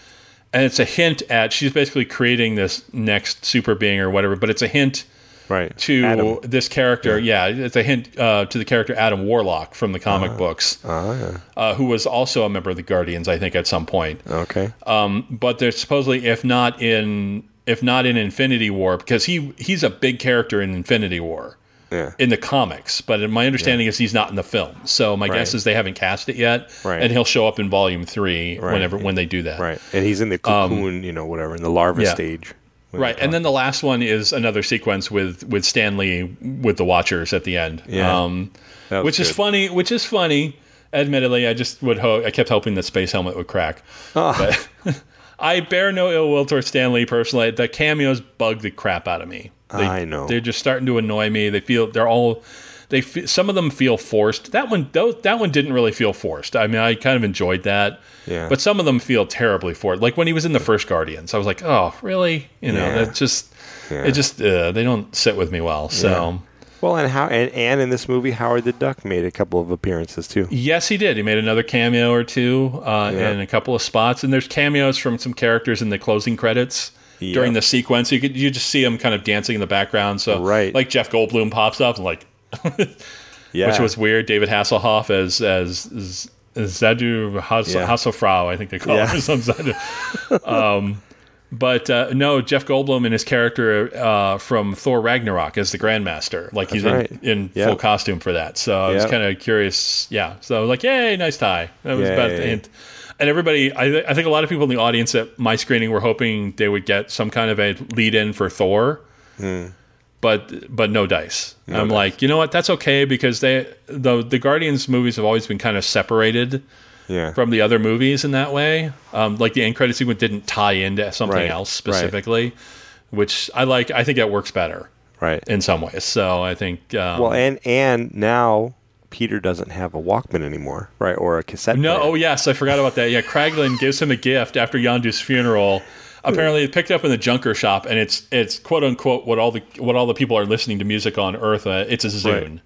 S3: and it's a hint at she's basically creating this next super being or whatever, but it's a hint
S2: Right.
S3: to
S2: Adam.
S3: this character. Yeah. it's a hint uh, to the character Adam Warlock from the comic
S2: Uh-huh.
S3: books,
S2: Ah,
S3: uh, who was also a member of the Guardians, I think, at some point
S2: Okay.
S3: uh, but there's supposedly if not in if not in Infinity War because he he's a big character in Infinity War
S2: yeah.
S3: in the comics, but in my understanding is he's not in the film. So my guess
S2: Right.
S3: is they haven't cast it yet,
S2: Right.
S3: and he'll show up in Volume Three whenever when they do that.
S2: right. And he's in the cocoon, you know, whatever, in the larva
S3: um, yeah.
S2: stage.
S3: Right, and then the last one is another sequence with with Stanley with the Watchers at the end,
S2: Yeah.
S3: um,
S2: That was
S3: which is
S2: good.
S3: funny. Which is funny. Admittedly, I just would hope I kept hoping the space helmet would crack.
S2: [LAUGHS] Oh,
S3: But I bear no ill will towards Stanley personally. The cameos bug the crap out of me. They,
S2: I know.
S3: they're just starting to annoy me. They feel they're all. They fe some of them feel forced. That one tho- that one didn't really feel forced. I mean, I kind of enjoyed that.
S2: Yeah.
S3: But some of them feel terribly for it. Like when he was in the first Guardians, I was like, oh, really? You know,
S2: Yeah.
S3: that's just,
S2: Yeah.
S3: it just, uh, they don't sit with me well. So,
S2: Well, and how and, and in this movie, Howard the Duck made a couple of appearances too.
S3: yes, he did. He made another cameo or two uh,
S2: Yeah.
S3: in a couple of spots. And there's cameos from some characters in the closing credits.
S2: Yeah.
S3: During the sequence, you could you just see him kind of dancing in the background. So,
S2: Right.
S3: like Jeff Goldblum pops up and like,
S2: Yeah,
S3: which was weird. David Hasselhoff as as, as Zadu Hassel,
S2: Yeah.
S3: Hasselfrau, I think they call
S2: Yeah.
S3: him. Some Zadu. um, but uh, no, Jeff Goldblum and his character uh, from Thor Ragnarok as the Grandmaster, like he's
S2: That's
S3: in,
S2: right.
S3: in
S2: Yep.
S3: full costume for that. So I was
S2: Yep.
S3: kind of curious. Yeah, so I was like, "Yay, nice tie!" That was about the
S2: Yay.
S3: hint. And everybody, I, th- I think a lot of people in the audience at my screening were hoping they would get some kind of a lead in for Thor but but no dice. I'm like, you know what? That's okay because they the the Guardians movies have always been kind of separated
S2: yeah,
S3: from the other movies in that way. Um, like the end credit sequence didn't tie into something
S2: Right,
S3: else
S2: right.
S3: specifically, which I like. I think that works better
S2: right.
S3: in some ways. So I think um,
S2: well, and and now Peter doesn't have a Walkman anymore, right, or a cassette.
S3: No,
S2: player.
S3: oh yes, I forgot about that. Yeah, Kraglin gives him a gift after Yondu's funeral. Apparently, it picked up in the junker shop, and it's it's quote unquote what all the what all the people are listening to music on Earth. Uh, it's a Zune.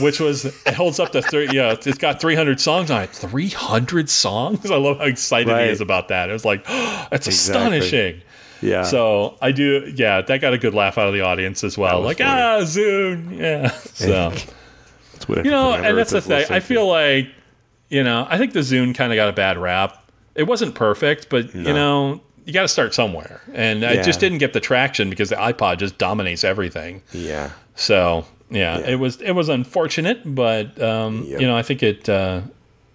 S3: [LAUGHS] which was it holds up to three. Yeah, it's got 300 songs on it. 300 songs. I love how excited
S2: Right.
S3: he is about that. It was like, [GASPS] that's astonishing.
S2: Yeah.
S3: So I do, yeah, that got a good laugh out of the audience as well.
S2: was
S3: Like,
S2: funny.
S3: ah, Zune, yeah. [LAUGHS] So
S2: That's what
S3: you know,
S2: everyone
S3: and that's the
S2: was
S3: thing. I
S2: listening to.
S3: feel like, you know, I think the Zune kind of got a bad rap. It wasn't perfect, but you know, you got to start somewhere, and I just
S2: Yeah.
S3: didn't get the traction because the iPod just dominates everything.
S2: Yeah.
S3: So yeah, it was it was unfortunate, but um,
S2: Yep.
S3: you know, I think it, uh,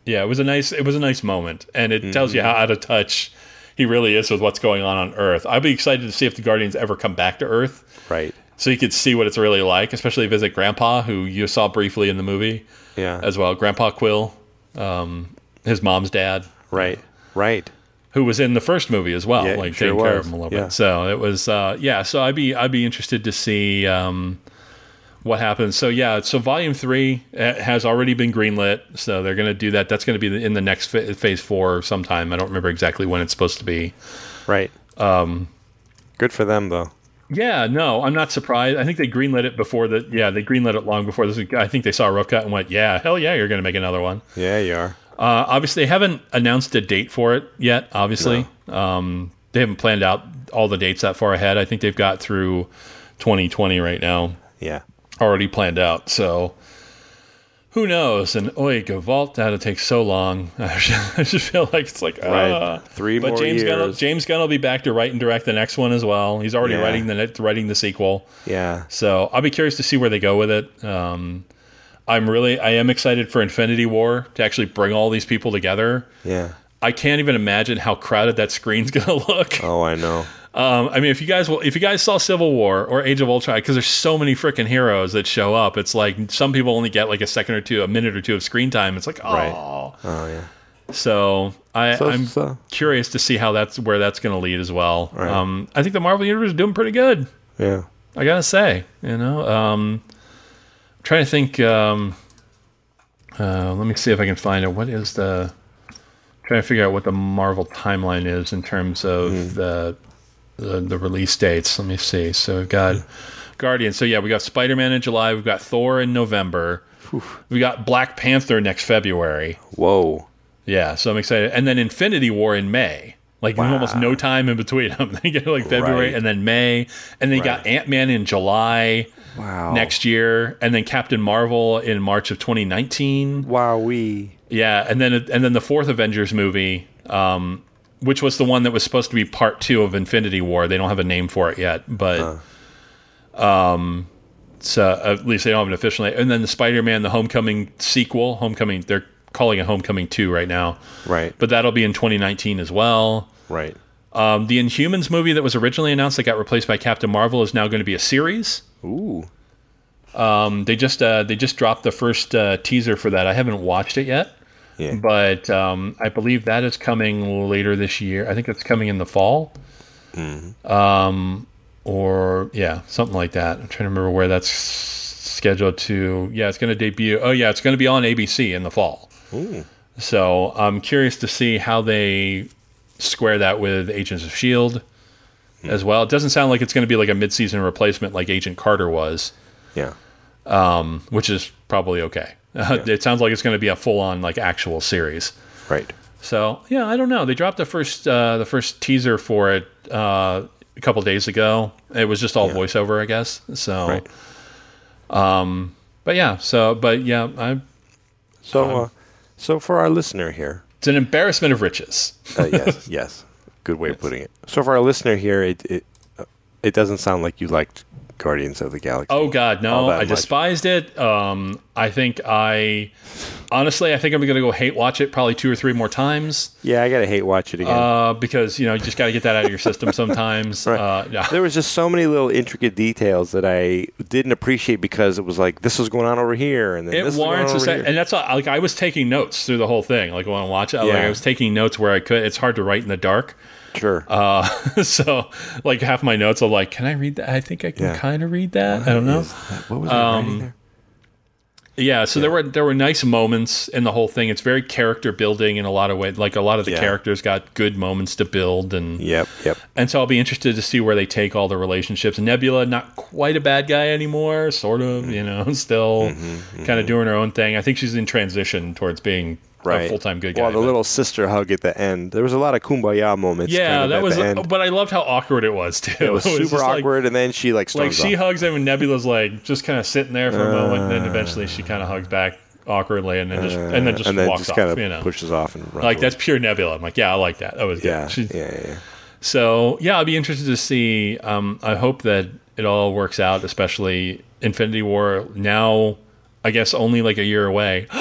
S3: yeah, it was a nice it was a nice moment, and it tells
S2: Mm-hmm.
S3: you how out of touch he really is with what's going on on Earth. I'd be excited to see if the Guardians ever come back to Earth
S2: Right.
S3: so you could see what it's really like, especially visit Grandpa, who you saw briefly in the movie
S2: Yeah.
S3: as well. Grandpa Quill, um, his mom's dad,
S2: right. Right.
S3: who was in the first movie as well,
S2: Yeah,
S3: like
S2: sure
S3: taking care of
S2: was.
S3: him a little
S2: Yeah.
S3: bit. So it was, uh, yeah. So I'd be I'd be interested to see um, what happens. So yeah, so Volume Three uh, has already been greenlit, so they're going to do that. That's going to be in the next fa- Phase Four sometime. I don't remember exactly when it's supposed to be.
S2: Right. Um. Good for them though.
S3: Yeah, no, I'm not surprised. I think they greenlit it before the yeah they greenlit it long before this. I think they saw a rough cut and went, yeah, hell yeah, you're going to make another one.
S2: Yeah, you are.
S3: Uh, obviously, they haven't announced a date for it yet. Obviously, um, they haven't planned out all the dates that far ahead. I think they've got through 2020 right now
S2: Yeah.
S3: already planned out. So who knows? And oy, Gavalt, that'll take so long. [LAUGHS] I just, I just feel like it's like
S2: Right.
S3: ah.
S2: Three
S3: But
S2: more
S3: James
S2: years.
S3: Gunn, James Gunn will be back to write and direct the next one as well. He's already
S2: Yeah.
S3: writing the ne- writing the sequel.
S2: Yeah.
S3: So I'll be curious to see where they go with it. Um, I'm really, I am excited for Infinity War to actually bring all these people together.
S2: Yeah.
S3: I can't even imagine how crowded that screen's [LAUGHS] gonna look.
S2: Oh, I know.
S3: Um, I mean, if you guys will, if you guys saw Civil War or Age of Ultron, because there's so many freaking heroes that show up, it's like some people only get like a second or two, a minute or two of screen time. It's like, oh,
S2: Right. Oh, yeah.
S3: so I,
S2: So-
S3: I'm
S2: so-
S3: curious to see how that's where that's gonna lead as well. Um, I think the Marvel Universe is doing pretty good.
S2: Yeah.
S3: I gotta say, you know, um, I'm trying to think. Um, uh, let me see if I can find it. What is the? Trying to figure out what the Marvel timeline is in terms of the, the the release dates. Let me see. So we've got Guardian. So yeah, we got Spider Man in July. We've got Thor in November. We got Black Panther next February.
S2: Whoa.
S3: Yeah, so I'm excited. And then Infinity War in May. Like there's almost no time in between [LAUGHS] them. they get like February
S2: Right.
S3: and then May, and they got Ant Man in July
S2: Wow.
S3: next year, and then Captain Marvel in March of 2019.
S2: Wow. We.
S3: Yeah, and then and then the fourth Avengers movie, um, which was the one that was supposed to be part two of Infinity War. They don't have a name for it yet, but um, so at least they don't have an official name. And then the Spider Man, the Homecoming sequel, Homecoming. They're calling it Homecoming two right now
S2: Right.
S3: but that'll be in 2019 as well.
S2: Right.
S3: Um, the Inhumans movie that was originally announced that got replaced by Captain Marvel is now going to be a series.
S2: Ooh.
S3: Um, they just uh, they just dropped the first uh, teaser for that. I haven't watched it yet,
S2: Yeah.
S3: but um, I believe that is coming later this year. I think it's coming in the fall, um, or yeah, something like that. I'm trying to remember where that's scheduled to. Yeah, it's going to debut. Oh yeah, it's going to be on ABC in the fall.
S2: Ooh.
S3: So I'm curious to see how they square that with Agents of Shield E as well. It doesn't sound like it's going to be like a mid-season replacement like Agent Carter was,
S2: Yeah.
S3: which is probably okay. [LAUGHS] Uh, It sounds like it's going to be a full-on like actual series.
S2: Right.
S3: So yeah, I don't know. They dropped the first uh, the first teaser for it uh, a couple days ago. It was just all voiceover, I guess. So,
S2: Right.
S3: um, but yeah, so but yeah, I,
S2: So, uh, so for our listener here,
S3: it's an embarrassment of riches.
S2: [LAUGHS] uh, yes, yes, good way of putting it. So for our listener here, it it uh, it doesn't sound like you liked Guardians of the Galaxy.
S3: Oh God,
S2: all
S3: no!
S2: that
S3: I
S2: much.
S3: despised it. Um, I think I honestly, I think I'm gonna go hate watch it probably two or three more times
S2: Yeah, I gotta hate watch it again.
S3: uh, because you know you just gotta get that out of your system
S2: [LAUGHS]
S3: sometimes.
S2: Right.
S3: uh, yeah.
S2: there was just so many little intricate details that I didn't appreciate because it was like this was going on over here, and then
S3: It
S2: this was
S3: warrants a
S2: going on
S3: second,
S2: over here.
S3: and that's why, like I was taking notes through the whole thing. Like when I watch it, like,
S2: Yeah.
S3: I was taking notes where I could. It's hard to write in the dark, [LAUGHS]
S2: Sure,
S3: uh, so like half my notes are like, "Can I read that? I think I can
S2: Yeah.
S3: kind of read that. I don't know."
S2: Is that- what was I writing there?
S3: Yeah, so there were there were nice moments in the whole thing. It's very character building in a lot of ways. Like a lot of the
S2: Yeah.
S3: characters got good moments to build, and
S2: Yep, yep.
S3: and so I'll be interested to see where they take all the relationships. Nebula, not quite a bad guy anymore, sort
S2: Mm-hmm.
S3: of, you know, [LAUGHS] still kind of doing her own thing. I think she's in transition towards being a
S2: Right.
S3: full time good guy.
S2: Well, the
S3: but-
S2: little sister hug at the end. There was a lot of kumbaya moments. kind
S3: yeah,
S2: of
S3: that
S2: at
S3: was.
S2: the end.
S3: But I loved how awkward it was [LAUGHS] too.
S2: it was
S3: just
S2: super
S3: like-
S2: awkward, and then she like
S3: Like
S2: storms
S3: she
S2: off.
S3: hugs him, and Nebula's like just kind of sitting there for a moment, and then
S2: Uh.
S3: eventually she kind of hugs back awkwardly, and then just and then just
S2: and then
S3: walks
S2: just kind
S3: off.
S2: of
S3: You know,
S2: pushes off and runs.
S3: like
S2: away.
S3: that's pure Nebula. I'm like, yeah, I like that. That was good. [LAUGHS]
S2: Yeah,
S3: She-
S2: yeah, yeah, yeah.
S3: So yeah, I'll be interested to see. Um, I hope that it all works out, especially Infinity War. Now, I guess only like a year away. [GASPS]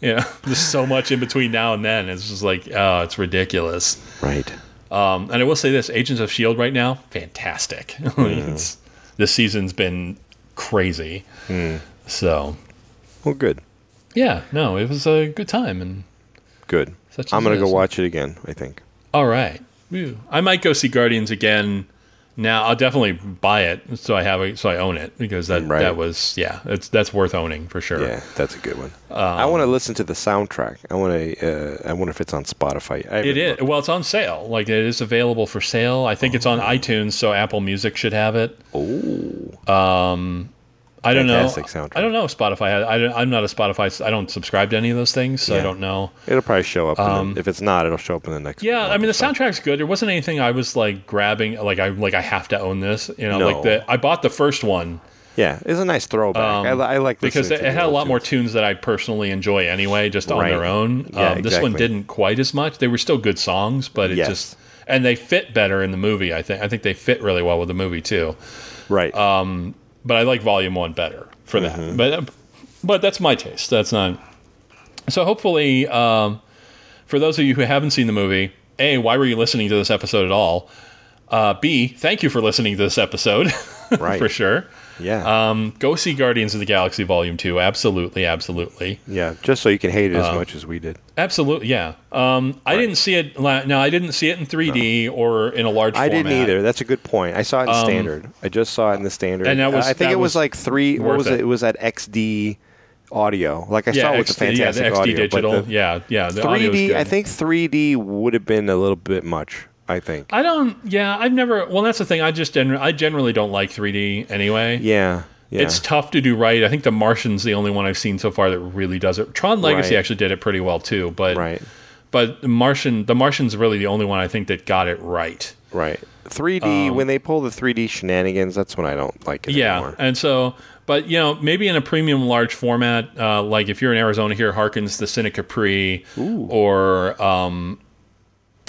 S3: yeah, [LAUGHS] there's so much in between now and then. It's just like, oh, it's ridiculous.
S2: Right.
S3: Um, and I will say this: Agents of Shield right now, fantastic. [LAUGHS] Like,
S2: Mm-hmm.
S3: it's, this season's been crazy.
S2: Mm.
S3: So
S2: Well, good,
S3: yeah, no, it was a good time. And
S2: good.
S3: Such
S2: I'm
S3: as
S2: gonna
S3: it
S2: go
S3: is.
S2: watch it again. I think.
S3: all right, Woo. I might go see Guardians again. Now I'll definitely buy it, so I have it, so I own it because that
S2: Right.
S3: that was yeah, it's that's worth owning for sure.
S2: Yeah, that's a good one.
S3: Um,
S2: I want to listen to the soundtrack. I want to. Uh, I wonder if it's on Spotify. I
S3: It
S2: haven't
S3: is
S2: looked.
S3: well, it's on sale. Like it is available for sale. I think it's on iTunes, so Apple Music should have it. Um,
S2: Oh,
S3: I don't
S2: Fantastic
S3: know.
S2: soundtrack.
S3: I don't know if Spotify. I, I, am not a Spotify. I don't subscribe to any of those things, so I
S2: Yeah.
S3: don't know.
S2: it'll probably show up. in the- if it's not, it'll show up in the next.
S3: Um, Yeah, I
S2: month
S3: mean
S2: or
S3: the
S2: so.
S3: soundtrack's good. There wasn't anything I was like grabbing. Like I like I have to own this. You know,
S2: No.
S3: like the I bought the first one
S2: Yeah, it's a nice throwback. I, li- I like
S3: Um, because
S2: listening
S3: it,
S2: to the
S3: had a
S2: old
S3: lot more
S2: tunes.
S3: tunes that I personally enjoy anyway, just on
S2: Right.
S3: their own.
S2: Yeah,
S3: um, This one
S2: exactly.
S3: didn't quite as much. They were still good songs, but it
S2: Yes.
S3: just and they fit better in the movie. I think. I think they fit really well with the movie too.
S2: Right.
S3: uh, but I like Volume One better for that.
S2: Mm-hmm.
S3: But but that's my taste. That's not. So hopefully, um, for those of you who haven't seen the movie, a why were you listening to this episode at all? Uh, B thank you for listening to this episode. [LAUGHS]
S2: Right.
S3: for sure.
S2: yeah.
S3: Um, go see Guardians of the Galaxy Volume Two. Absolutely, absolutely,
S2: yeah. Just so you can hate it
S3: uh,
S2: as much as we did.
S3: absolutely. Yeah. Um, I didn't see it. La- no, I didn't see it in 3D or in a large.
S2: I
S3: format. Um,
S2: didn't either. That's a good point. I saw it in standard. I just saw it in the standard.
S3: and that was-
S2: I think
S3: that
S2: it was,
S3: was
S2: like three. What
S3: worth
S2: was it?
S3: it.
S2: It was at XD audio. Like I
S3: Yeah,
S2: saw it with the
S3: XD, yeah, the
S2: fantastic
S3: XD
S2: audio.
S3: digital.
S2: But the
S3: yeah, yeah. The audio is
S2: 3D.
S3: good.
S2: I think 3D would have been a little bit much. I think.
S3: I don't. Yeah, I've never. Well, that's the thing. I just gener- I generally don't like 3D anyway.
S2: yeah. Yeah.
S3: It's tough to do right. I think The Martian's the only one I've seen so far that really does it. Tron Legacy
S2: Right.
S3: actually did it pretty well too, but
S2: right.
S3: but Martian The Martian's really the only one I think that got it right.
S2: Right. 3D. when they pull the 3D shenanigans, that's when I don't like it
S3: Um, Yeah,
S2: anymore.
S3: and so, but you know, maybe in a premium large format, uh, like if you're in Arizona here, Harkins the Cine Capri or um,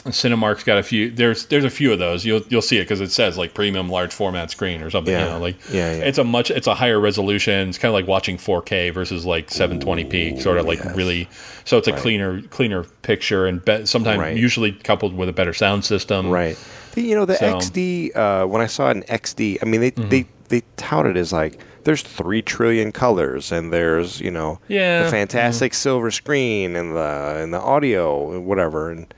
S3: Cinemark's got a few. There's there's a few of those. You'll you'll see it because it says like premium large format screen or something. You
S2: Yeah.
S3: know, like
S2: Yeah, yeah.
S3: it's a much it's a higher resolution. It's kind of like watching 4K versus like 720p, sort of like really. So it's a cleaner cleaner picture and be, sometimes
S2: Right.
S3: usually coupled with a better sound system.
S2: Right. The- you know the
S3: So- Mm-hmm.
S2: XD. Uh, when I saw it in XD, I mean they they they tout it as like there's three trillion colors and there's you know
S3: Yeah. mm-hmm.
S2: the fantastic silver screen and the and the audio and whatever and.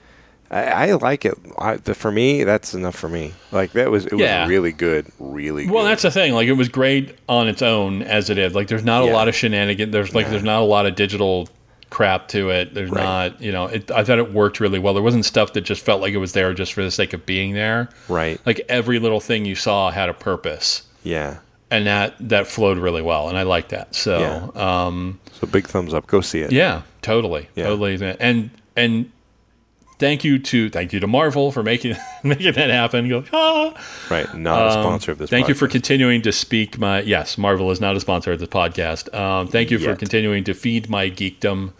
S2: I, I like it. I, the, for me, that's enough for me. Like that was, it was
S3: Yeah.
S2: really good, really.
S3: Well,
S2: good.
S3: that's the thing. Like, it was great on its own as it is. Like, there's not a
S2: Yeah.
S3: lot of shenanigans. There's like, there's not a lot of digital crap to it. There's
S2: Right.
S3: not, you know, it, I thought it worked really well. There wasn't stuff that just felt like it was there just for the sake of being there.
S2: right.
S3: Like every little thing you saw had a purpose,
S2: yeah.
S3: and that that flowed really well, and I like that. So, yeah, um,
S2: So big thumbs up. Go see it.
S3: yeah totally,
S2: Yeah.
S3: totally, and and. Thank you to thank you to Marvel for making [LAUGHS] making that happen. You go, ah,
S2: Right. Not a sponsor of this.
S3: Thank you for
S2: podcast.
S3: continuing to speak my. Yes, Marvel is not a sponsor of this podcast. Um, thank you for
S2: Yet. Mm-hmm.
S3: continuing to feed my geekdom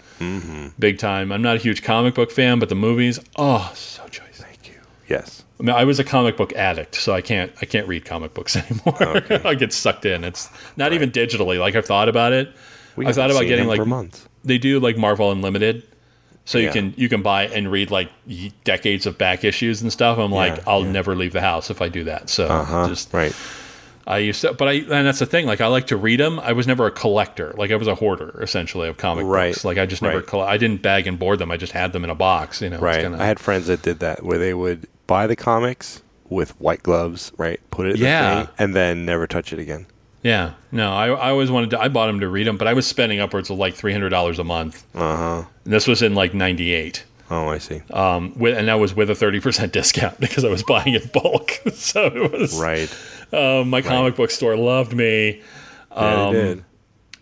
S3: big time. I'm not a huge comic book fan, but the movies, oh, so choice.
S2: Thank you. Yes.
S3: I, mean, I was a comic book addict, so I can't I can't read comic books [LAUGHS] anymore. I get sucked in. It's not even digitally. Like I've thought about it.
S2: We
S3: I thought
S2: haven't
S3: about
S2: seen
S3: getting
S2: him
S3: like
S2: for months.
S3: they do like Marvel Unlimited, so you
S2: Yeah.
S3: can you can buy and read like y- decades of back issues and stuff. I'm like,
S2: Yeah,
S3: I'll never leave the house if I do that. So
S2: Huh?
S3: just
S2: Uh-huh. right.
S3: I used to, but I, and that's the thing. Like, I like to read them. I was never a collector. Like, I was a hoarder essentially of comic
S2: Right.
S3: books. Like, I just never,
S2: Right.
S3: coll- I didn't bag and board them. I just had them in a box. You know, It's
S2: Right.
S3: kinda-
S2: I had friends that did that where they would buy the comics with white gloves, right? Put it in
S3: Yeah.
S2: the thing and then never touch it again.
S3: Yeah, no, I, I always wanted to. I bought them to read them, but I was spending upwards of like three hundred dollars a month. Uh huh.
S2: Uh-huh.
S3: And this was in like '98,
S2: Oh, I see.
S3: um, with, and that was with a thirty percent [LAUGHS] discount because I was buying in bulk. [LAUGHS] so it was
S2: right.
S3: uh, my comic book store loved me, um,
S2: Yeah, they did.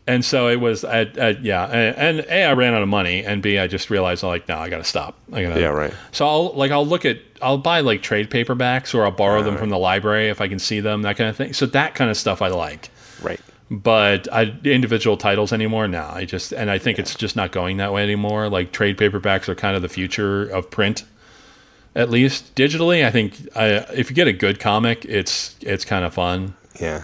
S3: and so it was. I, I, yeah, and, and a I ran out of money, and b I just realized like no, I got to stop. I gotta
S2: Yeah, right.
S3: So I'll like I'll look at I'll buy like trade paperbacks or I'll borrow them from the library if I can see them that kind of thing. So that kind of stuff I like.
S2: Right.
S3: but I, individual titles anymore now i just and i think it's just not going that way anymore like trade paperbacks are kind of the future of print at least digitally i think I, if you get a good comic it's it's kind of fun
S2: Yeah.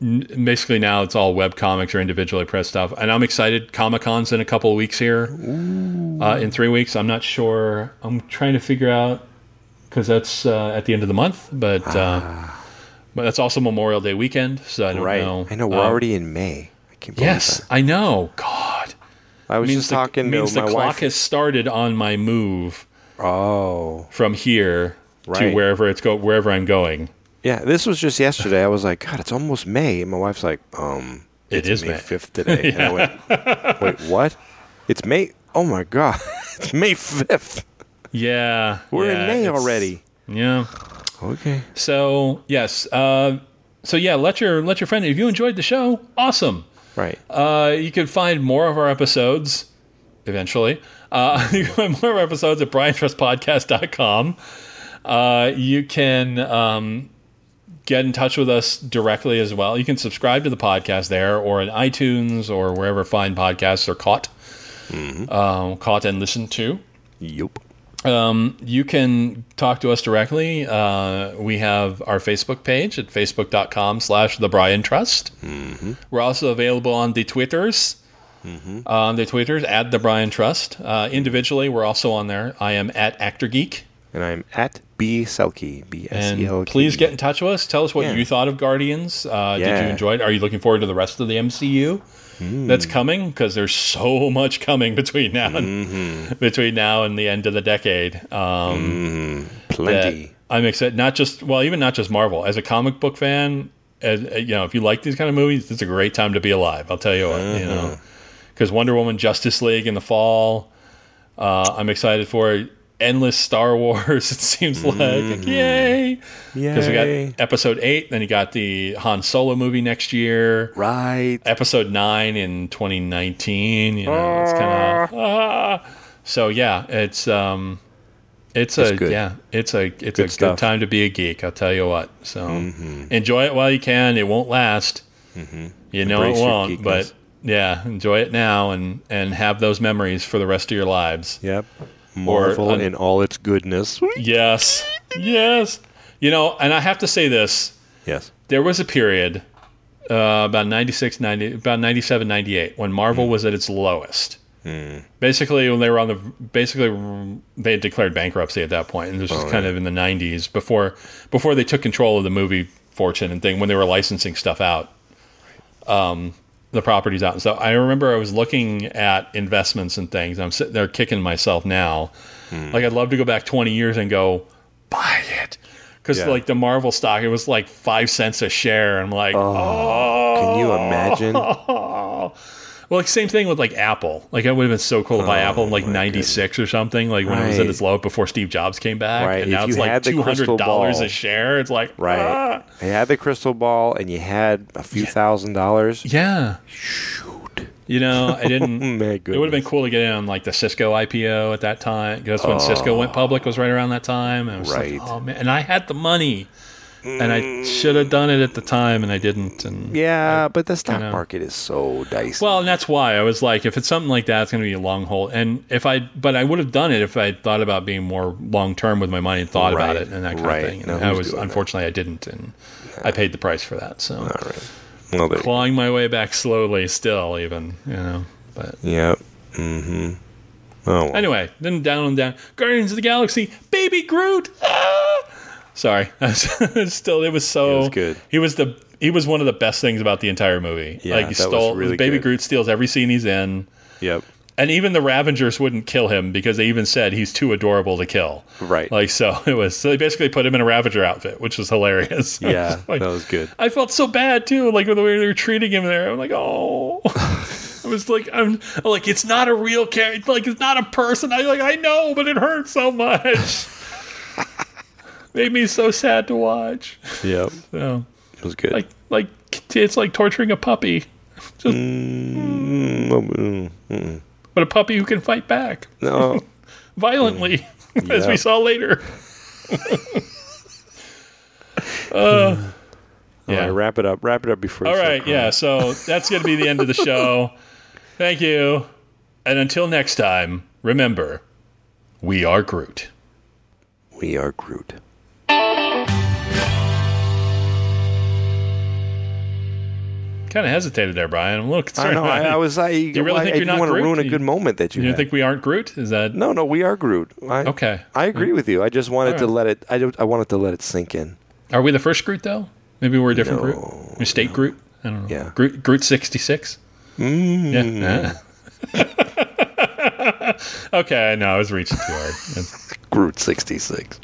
S3: basically now it's all web comics or individually pressed stuff and i'm excited comic cons in a couple of weeks here uh, in three weeks i'm not sure i'm trying to figure out because that's uh, at the end of the month but uh, but that's also memorial day weekend so i don't
S2: Ah. Right.
S3: know
S2: I know we're
S3: Um,
S2: already in May. I can't believe
S3: Yes,
S2: that.
S3: I know. God,
S2: I was
S3: means
S2: just
S3: the,
S2: talking to
S3: means
S2: my
S3: the clock
S2: wife.
S3: has started on my move
S2: oh.
S3: from here to
S2: Right.
S3: wherever it's go wherever I'm going.
S2: Yeah, this was just yesterday. I was like, God, it's almost May. And my wife's like, um,
S3: It
S2: it's
S3: is
S2: May
S3: May.
S2: 5th today. And I went,
S3: [LAUGHS]
S2: wait, what? It's May. Oh my God. [LAUGHS] it's May 5th.
S3: Yeah,
S2: We're
S3: yeah,
S2: in May
S3: it's-
S2: already.
S3: Yeah.
S2: Okay.
S3: So yes. Uh, so yeah, let your let your friend. If you enjoyed the show, awesome.
S2: Right.
S3: Uh, you can find more of our episodes eventually. Uh, [LAUGHS] you can find more of our episodes at briantrustpodcast.com. Uh, you can um, get in touch with us directly as well. You can subscribe to the podcast there or in iTunes or wherever fine podcasts are caught, um, caught and listened to.
S2: Yup.
S3: You can talk to us directly. Uh, we have our Facebook page at facebook.com slash the Brian Trust.
S2: Mm-hmm.
S3: We're also available on the Twitters. Uh, On the Twitters at the Brian Trust. Uh, individually, we're also on there. I am at Actor Geek.
S2: And I'm at B Selkie. B S E L
S3: And
S2: K E.
S3: please get in touch with us. Tell us what
S2: Yeah.
S3: you thought of Guardians. Uh, Did
S2: Yeah. Hmm.
S3: you enjoy it? Are you looking forward to the rest of the MCU that's coming? Because there's so much coming between now and
S2: Mm-hmm.
S3: between now and the end of the decade. Um, that
S2: plenty.
S3: I'm excited. Not just well, even not just Marvel. As a comic book fan, as uh, you know, if you like these kind of movies, it's a great time to be alive. I'll tell you what, you know, because Wonder Woman, Justice League in the fall. Uh, I'm excited for it. endless Star Wars. [LAUGHS] It seems like, like yay, because we
S2: Yay.
S3: got Episode Eight, then you got the Han Solo movie next year.
S2: Right.
S3: Episode nine in 2019. You know, it's kind of ah. so yeah. It's um, it's a
S2: It's good.
S3: yeah, it's a it's
S2: stuff.
S3: a
S2: Mm-hmm.
S3: good time to be a geek. I'll tell you what. So enjoy it while you can. It won't last. You know
S2: Embrace
S3: it
S2: your
S3: won't,
S2: geekness.
S3: but yeah, enjoy it now and and have those memories for the rest of your lives.
S2: Yep. Marvel
S3: un-
S2: in all its goodness.
S3: Yes, yes. You know, and I have to say this.
S2: Yes.
S3: there was a period uh, about 96 90, about 97 98 when marvel was at its lowest basically when they were on the basically they had declared bankruptcy at that point and this was kind of in the 90s before before they took control of the movie fortune and thing when they were licensing stuff out um, the properties out and so i remember i was looking at investments and things i'm sitting there kicking myself now like i'd love to go back 20 years and go buy it because
S2: Yeah.
S3: like the marvel stock it was like five cents a share i'm like oh
S2: Can you
S3: [LAUGHS]
S2: imagine?
S3: well, like same thing with like Apple. Like it would have been so cool to buy Apple in like '96 or something. Like when it was at
S2: Oh Right.
S3: its low before Steve Jobs came back,
S2: Right,
S3: and
S2: if
S3: now it's
S2: you
S3: like
S2: had the
S3: two
S2: crystal
S3: hundred dollars
S2: ball.
S3: a share. It's like
S2: Right.
S3: ah.
S2: You had the crystal ball and you had a few thousand dollars.
S3: yeah. Shoot. You know, I didn't.
S2: [LAUGHS] My
S3: It would have been
S2: goodness.
S3: cool to get in on like the Cisco IPO at that time. 'cause That's when Cisco went public. Was right around that time. And I was
S2: Oh. Right.
S3: like, oh man, and I had the money, and I should have done it at the time, and I didn't. And
S2: Yeah, but the stock
S3: know.
S2: market is so dicey.
S3: Well, and that's why I was like, if it's something like that, it's going to be a long hold. And if I, but I would have done it if I had thought about being more long term with my money and thought about
S2: Right,
S3: it and that kind
S2: right.
S3: of thing. And
S2: Now
S3: I
S2: who's
S3: was,
S2: doing that?
S3: unfortunately, I didn't, and I paid the price for that. So
S2: Well, there-
S3: clawing my way back slowly, still, even you know. But
S2: Yep. Mm-hmm. Oh, well.
S3: anyway, then down and down. Guardians of the Galaxy, Baby Groot. Ah! Sorry, [LAUGHS] still it was so
S2: It was good.
S3: He was the he was one of the best things about the entire movie.
S2: Yeah,
S3: like he
S2: that was
S3: stole
S2: really
S3: Baby
S2: good.
S3: Groot steals every scene he's in.
S2: yep.
S3: and even the Ravengers wouldn't kill him because they even said he's too adorable to kill.
S2: Right.
S3: Like so [LAUGHS] it was so they basically put him in a Ravager outfit, which was hilarious. [LAUGHS] I was
S2: Yeah,
S3: just like-
S2: that was good.
S3: I felt so bad too, like with the way they were treating him there. I'm
S2: [LAUGHS]
S3: like, oh. I was like, I'm I'm like, it's not a real character. Like, it's not a person. I like, I know, but it hurts
S2: [LAUGHS]
S3: so much. Made me so sad to watch.
S2: Yeah,
S3: So,
S2: it was good.
S3: like, like it's like torturing a puppy, [LAUGHS]
S2: Mm,
S3: but a puppy who can fight back [LAUGHS]
S2: no,
S3: violently, [LAUGHS] as
S2: Mm. Yeah.
S3: we
S2: [LAUGHS]
S3: saw later.
S2: Hmm.
S3: uh,
S2: All right, wrap it up. Wrap it up before. you
S3: All
S2: start
S3: right,
S2: crying.
S3: yeah. So that's going to be
S2: [LAUGHS]
S3: the end of the show. Thank you. And until next time, remember, we are Groot.
S2: We are Groot.
S3: Kind of hesitated there, Brian. I'm a little
S2: I
S3: concerned.
S2: know. I, I was like, you
S3: really
S2: I,
S3: think
S2: I
S3: you're
S2: didn't
S3: not
S2: want
S3: Groot?
S2: to ruin a
S3: You-
S2: good moment that you,
S3: you
S2: had.
S3: don't think we aren't Groot? Is that
S2: no, no, we are Groot. I,
S3: okay? Mm.
S2: I agree with you. I just wanted to
S3: All
S2: let
S3: right.
S2: it. I, don't- I wanted to let it sink in.
S3: Are we the first Groot though? Maybe we're a different
S2: No,
S3: Groot. Mistake Groot. I don't know.
S2: Yeah.
S3: Groot. Groot sixty six. Mm. Yeah. Ah. [LAUGHS] okay. No, I was reaching too hard. That's-
S2: [LAUGHS] Groot sixty six.